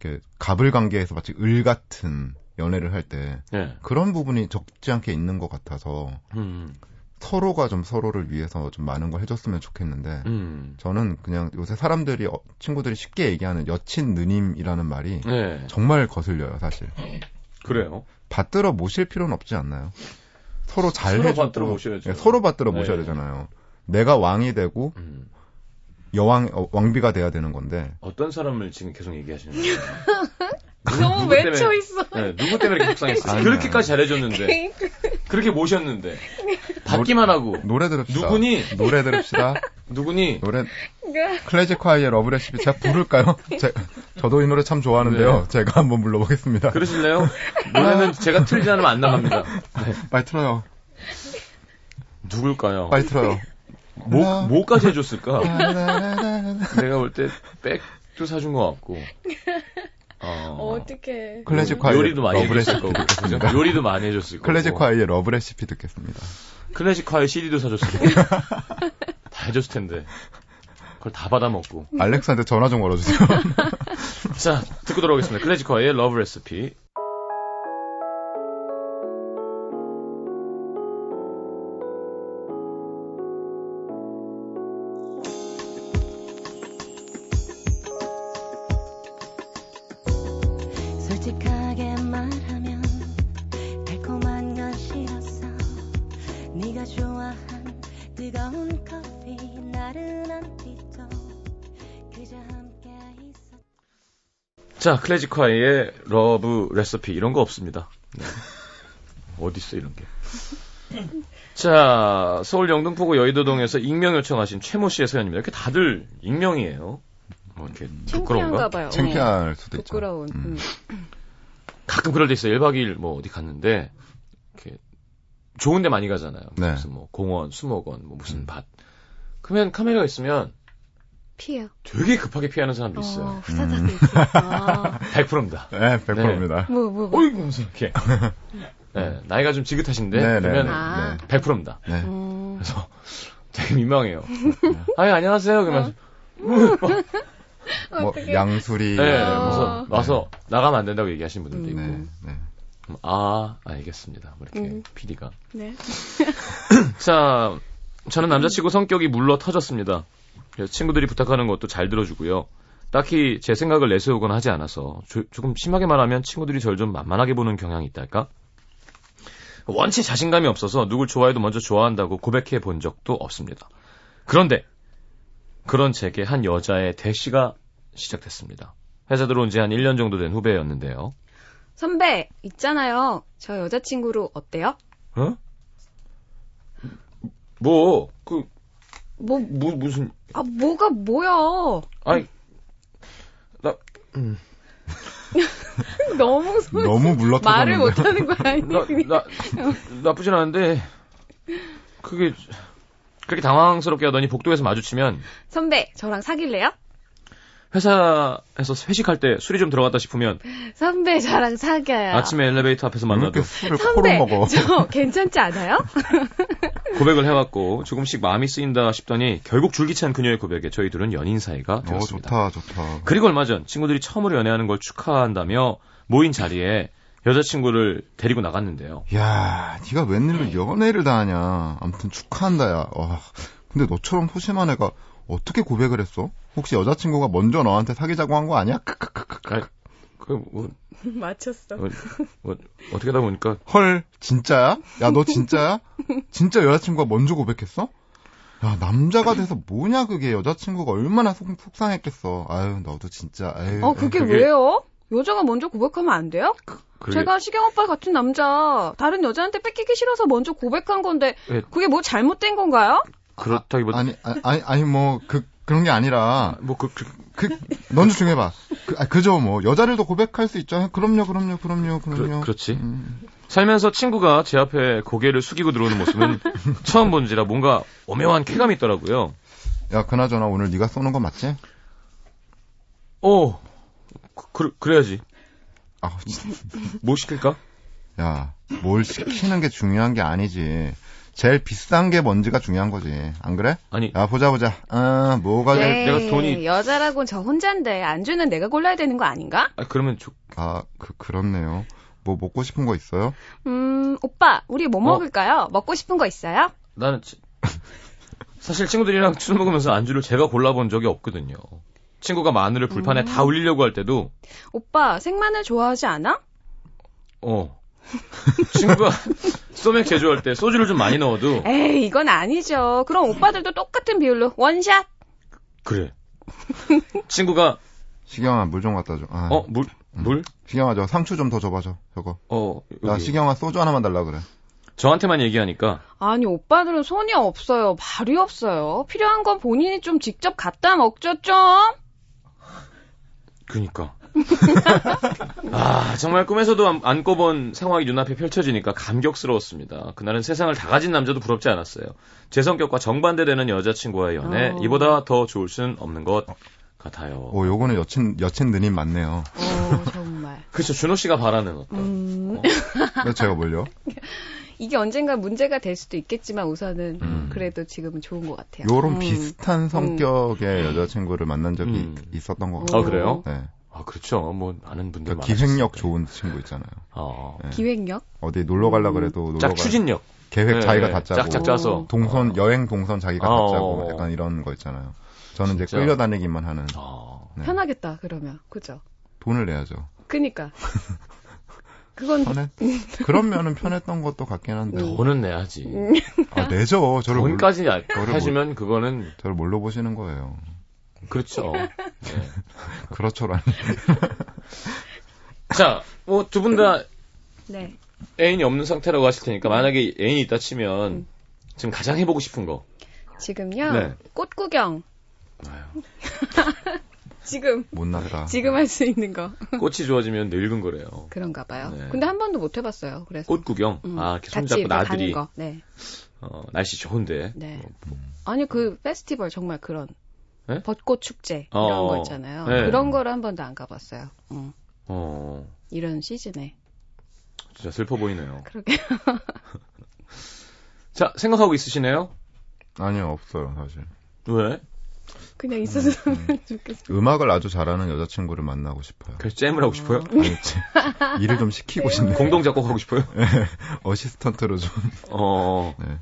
Speaker 3: 이렇게 갑을 관계에서 마치 을 같은 연애를 할 때
Speaker 1: 예.
Speaker 3: 그런 부분이 적지 않게 있는 것 같아서
Speaker 1: 음.
Speaker 3: 서로가 좀 서로를 위해서 좀 많은 걸 해줬으면 좋겠는데
Speaker 1: 음.
Speaker 3: 저는 그냥 요새 사람들이 어, 친구들이 쉽게 얘기하는 여친 느님이라는 말이
Speaker 1: 네.
Speaker 3: 정말 거슬려요 사실
Speaker 1: 그래요.
Speaker 3: 받들어 모실 필요는 없지 않나요? 서로 잘
Speaker 1: 서로
Speaker 3: 해주고
Speaker 1: 받들어 모셔야죠.
Speaker 3: 예, 서로 받들어 모셔야
Speaker 1: 네.
Speaker 3: 되잖아요. 내가 왕이 되고
Speaker 1: 음.
Speaker 3: 여왕 어, 왕비가 돼야 되는 건데
Speaker 1: 어떤 사람을 지금 계속 얘기하시는 거예요?
Speaker 4: 너무
Speaker 1: 누구
Speaker 4: 외쳐
Speaker 1: 때문에-
Speaker 4: 있어.
Speaker 1: 네, 누구 때문에 이렇게 속상했어요?
Speaker 3: 아니야.
Speaker 1: 그렇게까지
Speaker 3: 네.
Speaker 1: 잘해줬는데, 그렇게 모셨는데, 받기만 하고,
Speaker 3: 노래 들읍시다.
Speaker 1: 누구니?
Speaker 3: 노래 들읍시다.
Speaker 1: 누구니?
Speaker 3: 노래
Speaker 4: 그러니까
Speaker 3: 클래식콰이의 러브레시피 제가 부를까요? 제, 저도 이 노래 참 좋아하는데요.
Speaker 1: 네.
Speaker 3: 제가 한번 불러보겠습니다.
Speaker 1: 그러실래요? 노래는 제가 틀지 않으면 안 나갑니다. 네.
Speaker 3: 빨리 틀어요.
Speaker 1: 누굴까요?
Speaker 3: 빨리 틀어요.
Speaker 1: 뭐, 뭐까지 해줬을까?
Speaker 3: 라라라라라.
Speaker 1: 내가 볼 때 백도 사준 것 같고. 어,
Speaker 4: 어떡해.
Speaker 3: 클래식콰이의
Speaker 1: 요리도 많이 해줬을
Speaker 3: 러브레시피
Speaker 1: 거고. 그죠?
Speaker 3: 듣겠습니다.
Speaker 1: 요리도 많이 해줬을 거고.
Speaker 3: 클래식콰이의 러브레시피 듣겠습니다.
Speaker 1: 클래식화의 CD도 사줬을 거고. 다 해줬을 텐데. 그걸 다 받아먹고.
Speaker 3: 알렉스한테 전화 좀 걸어주세요.
Speaker 1: 네. 자, 듣고 돌아오겠습니다. 클래식화의 러브 레시피.
Speaker 6: 솔직하게 말하면 달콤한 건 싫었어 네가 좋아한 뜨거운 커피 나른한 빛도 그저 함께 있었
Speaker 1: 자, 클래식화의 러브 레시피 이런 거 없습니다. 네. 어디 있어 이런 게. 자, 서울 영등포구 여의도동에서 익명 요청하신 최모 씨의 사연입니다. 이렇게 다들 익명이에요. 뭐 이렇게 부끄러운가?
Speaker 4: 창피한가 봐요. 어,
Speaker 3: 창피할 수도 있죠.
Speaker 4: 부끄러운.
Speaker 3: 음.
Speaker 4: 음.
Speaker 1: 가끔 그럴 때 있어요. 1박 2일 뭐 어디 갔는데 이렇게 좋은 데 많이 가잖아요.
Speaker 3: 네.
Speaker 1: 무슨 뭐 공원, 수목원, 뭐 무슨
Speaker 3: 음.
Speaker 1: 밭. 그러면 카메라가 있으면
Speaker 4: 피해요.
Speaker 1: 되게 급하게 피하는 사람도
Speaker 4: 어,
Speaker 1: 있어요.
Speaker 4: 후다닥
Speaker 3: 음.
Speaker 4: 이렇게. 아,
Speaker 1: 100%입니다.
Speaker 3: 네, 100%입니다.
Speaker 4: 뭐, 뭐, 뭐.
Speaker 1: 어이구 무슨 이렇게. 네, 나이가 좀 지긋하신데
Speaker 3: 네, 네,
Speaker 1: 그러면
Speaker 3: 네.
Speaker 4: 아.
Speaker 1: 100%입니다.
Speaker 3: 네.
Speaker 4: 음.
Speaker 1: 그래서 되게 민망해요. 아니 안녕하세요. 그러면
Speaker 3: 뭐, 양수리.
Speaker 1: 네,
Speaker 4: 어.
Speaker 3: 아.
Speaker 1: 그래서 와서 나가면 안 된다고 얘기하시는 분들도 있고,
Speaker 3: 네, 네.
Speaker 1: 그럼 아 알겠습니다. 뭐 이렇게
Speaker 4: 음.
Speaker 1: PD가
Speaker 4: 네.
Speaker 1: 자, 저는 남자치고 성격이 물러 터졌습니다. 그래서 친구들이 부탁하는 것도 잘 들어주고요. 딱히 제 생각을 내세우거나 하지 않아서 조, 금 심하게 말하면 친구들이 절 좀 만만하게 보는 경향이 있달까? 원체 자신감이 없어서 누굴 좋아해도 먼저 좋아한다고 고백해 본 적도 없습니다. 그런데 그런 제게 한 여자의 대시가 시작됐습니다. 회사 들어온 지 한 1년 정도 된 후배였는데요.
Speaker 4: 선배, 있잖아요. 저 여자친구로 어때요?
Speaker 1: 어? 뭐, 그,
Speaker 4: 뭐,
Speaker 1: 무, 무슨,
Speaker 4: 아, 뭐가 뭐야.
Speaker 1: 아니,
Speaker 4: 너무 소...
Speaker 3: 너무
Speaker 4: 말을
Speaker 3: 물러터졌는데.
Speaker 4: 못하는 거
Speaker 1: 나,
Speaker 4: 아니니?
Speaker 1: 나, 나쁘진 않은데, 그게, 그렇게 당황스럽게 하더니 복도에서 마주치면,
Speaker 4: 선배, 저랑 사귈래요?
Speaker 1: 회사에서 회식할 때 술이 좀 들어갔다 싶으면,
Speaker 4: 선배, 저랑 사겨요.
Speaker 1: 아침에 엘리베이터 앞에서
Speaker 3: 왜
Speaker 1: 만나도
Speaker 3: 이렇게 술을
Speaker 4: 선배,
Speaker 3: 코로 먹어.
Speaker 4: 저 괜찮지 않아요?
Speaker 1: 고백을 해왔고, 조금씩 마음이 쓰인다 싶더니, 결국 줄기찬 그녀의 고백에 저희 둘은 연인 사이가
Speaker 3: 어,
Speaker 1: 되었습니다.
Speaker 3: 좋다, 좋다.
Speaker 1: 그리고 얼마 전 친구들이 처음으로 연애하는 걸 축하한다며 모인 자리에 여자친구를 데리고 나갔는데요.
Speaker 3: 야, 네가 웬일로 연애를 다 하냐. 아무튼 축하한다야. 와, 근데 너처럼 소심한 애가 어떻게 고백을 했어? 혹시 여자친구가 먼저 너한테 사귀자고 한 거 아니야? 크크크크.
Speaker 1: 아, 그, 뭐,
Speaker 4: 맞췄어.
Speaker 1: 뭐, 뭐, 어떻게 하다 보니까
Speaker 3: 헐, 진짜야? 야, 너 진짜야? 진짜 여자친구가 먼저 고백했어? 야, 남자가 돼서 뭐냐, 그게. 여자친구가 얼마나 속, 속상했겠어. 아유, 너도 진짜, 아유.
Speaker 4: 어, 그게
Speaker 1: 그게-
Speaker 4: 왜요? 여자가 먼저 고백하면 안 돼요?
Speaker 1: 그게
Speaker 4: 제가 시경 오빠 같은 남자, 다른 여자한테 뺏기기 싫어서 먼저 고백한 건데,
Speaker 1: 예.
Speaker 4: 그게 뭐 잘못된 건가요?
Speaker 1: 그렇다기보다
Speaker 3: 아니, 아- 아니, 아니, 뭐, 그, 그런 게 아니라,
Speaker 1: 뭐 그, 그,
Speaker 3: 그, 넌 조용해 봐. 그, 아, 그죠, 뭐. 여자를 더 고백할 수 있잖아. 그럼요, 그럼요, 그럼요, 그럼요.
Speaker 1: 그, 렇지
Speaker 3: 음.
Speaker 1: 살면서 친구가 제 앞에 고개를 숙이고 들어오는 모습은 처음 본지라 뭔가 오묘한 쾌감이 있더라고요.
Speaker 3: 야, 그나저나 오늘 네가 쏘는 거 맞지?
Speaker 1: 어, 그, 그, 래야지
Speaker 3: 아, 진짜.
Speaker 1: 뭐 시킬까?
Speaker 3: 야, 뭘 시키는 게 중요한 게 아니지. 제일 비싼 게 뭔지가 중요한 거지. 안 그래?
Speaker 1: 아니,
Speaker 3: 야, 보자, 보자. 아,
Speaker 4: 네.
Speaker 3: 뭐가 제일,
Speaker 1: 내가 돈이-
Speaker 4: 여자라곤 저 혼자인데, 안 주는 내가 골라야 되는 거 아닌가?
Speaker 1: 아, 그러면 저,
Speaker 3: 아, 그, 그렇네요. 뭐 먹고 싶은 거 있어요?
Speaker 4: 음, 오빠, 우리 뭐
Speaker 1: 어?
Speaker 4: 먹을까요? 먹고 싶은 거 있어요?
Speaker 1: 나는 지- 사실 친구들이랑 술 먹으면서 안주를 제가 골라본 적이 없거든요. 친구가 마늘을 불판에 다
Speaker 4: 음.
Speaker 1: 올리려고 할 때도
Speaker 4: 오빠, 생마늘 좋아하지 않아?
Speaker 1: 어 친구가 소맥 제조할 때 소주를 좀 많이 넣어도
Speaker 4: 에이, 이건 아니죠. 그럼 오빠들도 똑같은 비율로 원샷.
Speaker 1: 그래 친구가
Speaker 3: 시경아, 물 좀 갖다 줘. 아,
Speaker 1: 어 물 물어
Speaker 3: 시경아, 저 상추 좀 더 줘봐줘. 저거. 야, 시경아, 소주 하나만 달라 그래.
Speaker 1: 저한테만 얘기하니까
Speaker 4: 아니, 오빠들은 손이 없어요. 발이 없어요. 필요한 건 본인이 좀 직접 갖다 먹죠, 좀.
Speaker 1: 그니까 아 정말 꿈에서도 안, 안 꿔본 상황이 눈앞에 펼쳐지니까 감격스러웠습니다. 그날은 세상을 다 가진 남자도 부럽지 않았어요. 제 성격과 정반대되는 여자친구와의 연애
Speaker 4: 어.
Speaker 1: 이보다 더 좋을 수는 없는 것 같아요.
Speaker 3: 오, 요거는 여친, 여친 느님 맞네요.
Speaker 4: 어, 정말.
Speaker 1: 그렇죠. 준호 씨가 바라는 어떤
Speaker 4: 음,
Speaker 3: 왜 제가 뭘요?
Speaker 4: 이게 언젠가 문제가 될 수도 있겠지만 우선은
Speaker 1: 음.
Speaker 4: 그래도 지금은 좋은 것 같아요.
Speaker 3: 요런
Speaker 4: 음.
Speaker 3: 비슷한 성격의 여자친구를 만난 적이
Speaker 1: 음.
Speaker 3: 있- 있었던
Speaker 4: 어.
Speaker 3: 것
Speaker 1: 아
Speaker 3: 같아요.
Speaker 1: 그래요?
Speaker 3: 네.
Speaker 1: 아 그렇죠. 뭐 아는 분들 많
Speaker 3: 그러니까 기획력 좋은 친구 있잖아요.
Speaker 1: 어.
Speaker 3: 네.
Speaker 4: 기획력?
Speaker 3: 어디 놀러 갈라 그래도 놀러
Speaker 1: 음. 짝
Speaker 3: 가-
Speaker 1: 추진력.
Speaker 3: 계획
Speaker 1: 네,
Speaker 3: 자기가
Speaker 1: 네.
Speaker 3: 다 짜고
Speaker 1: 짝짝 짜서
Speaker 3: 동선 여행 동선 자기가 다
Speaker 1: 어.
Speaker 3: 짜고 약간 이런 거 있잖아요. 저는 이제
Speaker 1: 진짜.
Speaker 3: 끌려다니기만 하는
Speaker 1: 어.
Speaker 3: 네.
Speaker 4: 편하겠다, 그러면. 그죠?
Speaker 3: 돈을 내야죠.
Speaker 4: 그니까.
Speaker 1: 어.
Speaker 4: 그건
Speaker 3: 편해. 그러면은 편했던 것도 같긴 한데.
Speaker 1: 돈은 내야지.
Speaker 4: 예.
Speaker 3: 아 내죠. 저를 몰,
Speaker 1: 돈까지 야-
Speaker 3: 저를
Speaker 1: 하시면 그거는
Speaker 3: 저를 뭘로 보시는 거예요.
Speaker 1: 그렇죠.
Speaker 3: 그렇죠라니.
Speaker 1: 자, 뭐 두 분 다
Speaker 4: 네.
Speaker 1: 애인이 없는 상태라고 하실 테니까 만약에 애인이 있다 치면 지금 가장 해보고 싶은 거.
Speaker 4: 지금요.
Speaker 1: 네.
Speaker 4: 꽃 구경. 지금
Speaker 3: 못났다.
Speaker 4: 지금 할 수 있는 거.
Speaker 1: 꽃이 좋아지면 늙은 거래요.
Speaker 4: 그런가 봐요.
Speaker 1: 네.
Speaker 4: 근데 한 번도 못 해봤어요. 그래서
Speaker 1: 꽃 구경.
Speaker 4: 음,
Speaker 1: 아, 이렇게
Speaker 4: 같이
Speaker 1: 손잡고
Speaker 4: 이렇게 가는
Speaker 1: 나들이.
Speaker 4: 거. 네.
Speaker 1: 어, 날씨 좋은데.
Speaker 4: 네. 아니 그 페스티벌 정말 그런
Speaker 1: 네?
Speaker 4: 벚꽃 축제
Speaker 1: 어,
Speaker 4: 이런 거 있잖아요.
Speaker 1: 네.
Speaker 4: 그런 거를 한 번도 안 가봤어요. 음,
Speaker 1: 어,
Speaker 4: 이런 시즌에
Speaker 1: 진짜 슬퍼 보이네요.
Speaker 4: 그러게
Speaker 1: 자, 생각하고 있으시네요?
Speaker 3: 아니요 없어요 사실.
Speaker 1: 왜?
Speaker 4: 그냥 있었으면 좋겠어요.
Speaker 3: 음악을 아주 잘하는 여자친구를 만나고 싶어요.
Speaker 1: 그래서 잼을 하고 싶어요?
Speaker 4: 음.
Speaker 3: 아니, 일을 좀 시키고 싶네.
Speaker 1: 공동 작곡하고 싶어요?
Speaker 3: 어시스턴트로 좀.
Speaker 1: 어,
Speaker 3: 네.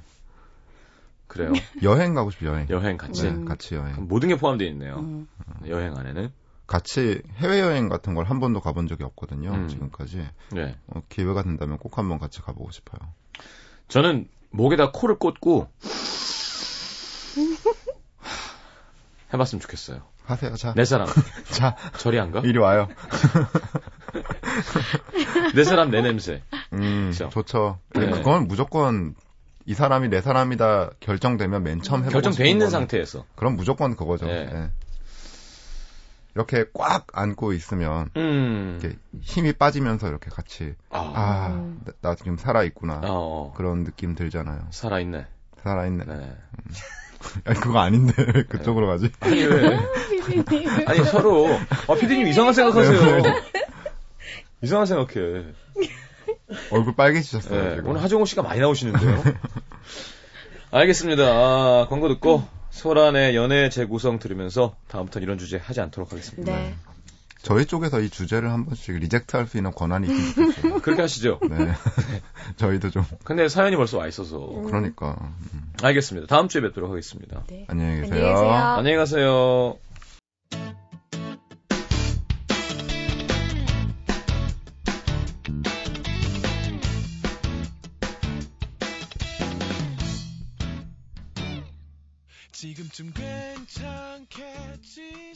Speaker 1: 그래요.
Speaker 3: 여행 가고 싶어요 여행.
Speaker 1: 여행 음. 같이.
Speaker 3: 네, 같이 여행.
Speaker 1: 그럼 모든 게 포함되어 있네요.
Speaker 4: 음.
Speaker 1: 여행 안에는.
Speaker 3: 같이 해외여행 같은 걸 한 번도 가본 적이 없거든요,
Speaker 1: 음.
Speaker 3: 지금까지.
Speaker 1: 네.
Speaker 3: 어, 기회가 된다면 꼭 한번 같이 가보고 싶어요.
Speaker 1: 저는 목에다 코를 꽂고 해봤으면 좋겠어요.
Speaker 3: 하세요. 자,
Speaker 1: 내 사람.
Speaker 3: 자,
Speaker 1: 저리 안 가?
Speaker 3: 이리 와요.
Speaker 1: 내 사람 내 냄새.
Speaker 3: 음,
Speaker 1: 그쵸.
Speaker 3: 좋죠. 근데
Speaker 1: 네.
Speaker 3: 그건 무조건 이 사람이 내 사람이다 결정되면 맨 처음 해보고
Speaker 1: 결정돼
Speaker 3: 싶은
Speaker 1: 있는
Speaker 3: 거는
Speaker 1: 상태에서.
Speaker 3: 그럼 무조건 그거죠.
Speaker 1: 예.
Speaker 3: 예. 이렇게 꽉 안고 있으면
Speaker 1: 음.
Speaker 3: 이렇게 힘이 빠지면서 이렇게 같이
Speaker 1: 아.
Speaker 3: 아,
Speaker 4: 음.
Speaker 3: 나, 나 지금 살아 있구나.
Speaker 1: 어.
Speaker 3: 그런 느낌 들잖아요.
Speaker 1: 살아있네.
Speaker 3: 살아 있네.
Speaker 1: 네.
Speaker 3: 아니, 그거 아닌데 왜 그쪽으로 가지.
Speaker 1: 아니 왜?
Speaker 4: 피디님.
Speaker 1: 아니 서로. 아 피디님 이상한 생각하세요. 이상한 생각해.
Speaker 3: 얼굴 빨개지셨어요
Speaker 1: 네,
Speaker 3: 지금.
Speaker 1: 오늘 하정우 씨가 많이 나오시는데요. 알겠습니다. 아, 광고 듣고 소란의 연애 재구성 들으면서 다음부터는 이런 주제 하지 않도록 하겠습니다.
Speaker 4: 네.
Speaker 3: 저희 쪽에서 이 주제를 한 번씩 리젝트할 수 있는 권한이 있으면 좋겠어요.
Speaker 1: 그렇게 하시죠.
Speaker 3: 네. 저희도 좀
Speaker 1: 근데 사연이 벌써 와 있어서.
Speaker 3: 그러니까
Speaker 1: 알겠습니다. 다음 주에 뵙도록 하겠습니다.
Speaker 4: 네.
Speaker 3: 안녕히
Speaker 4: 안녕히 계세요.
Speaker 1: 안녕히 가세요.
Speaker 7: 지금쯤 괜찮겠지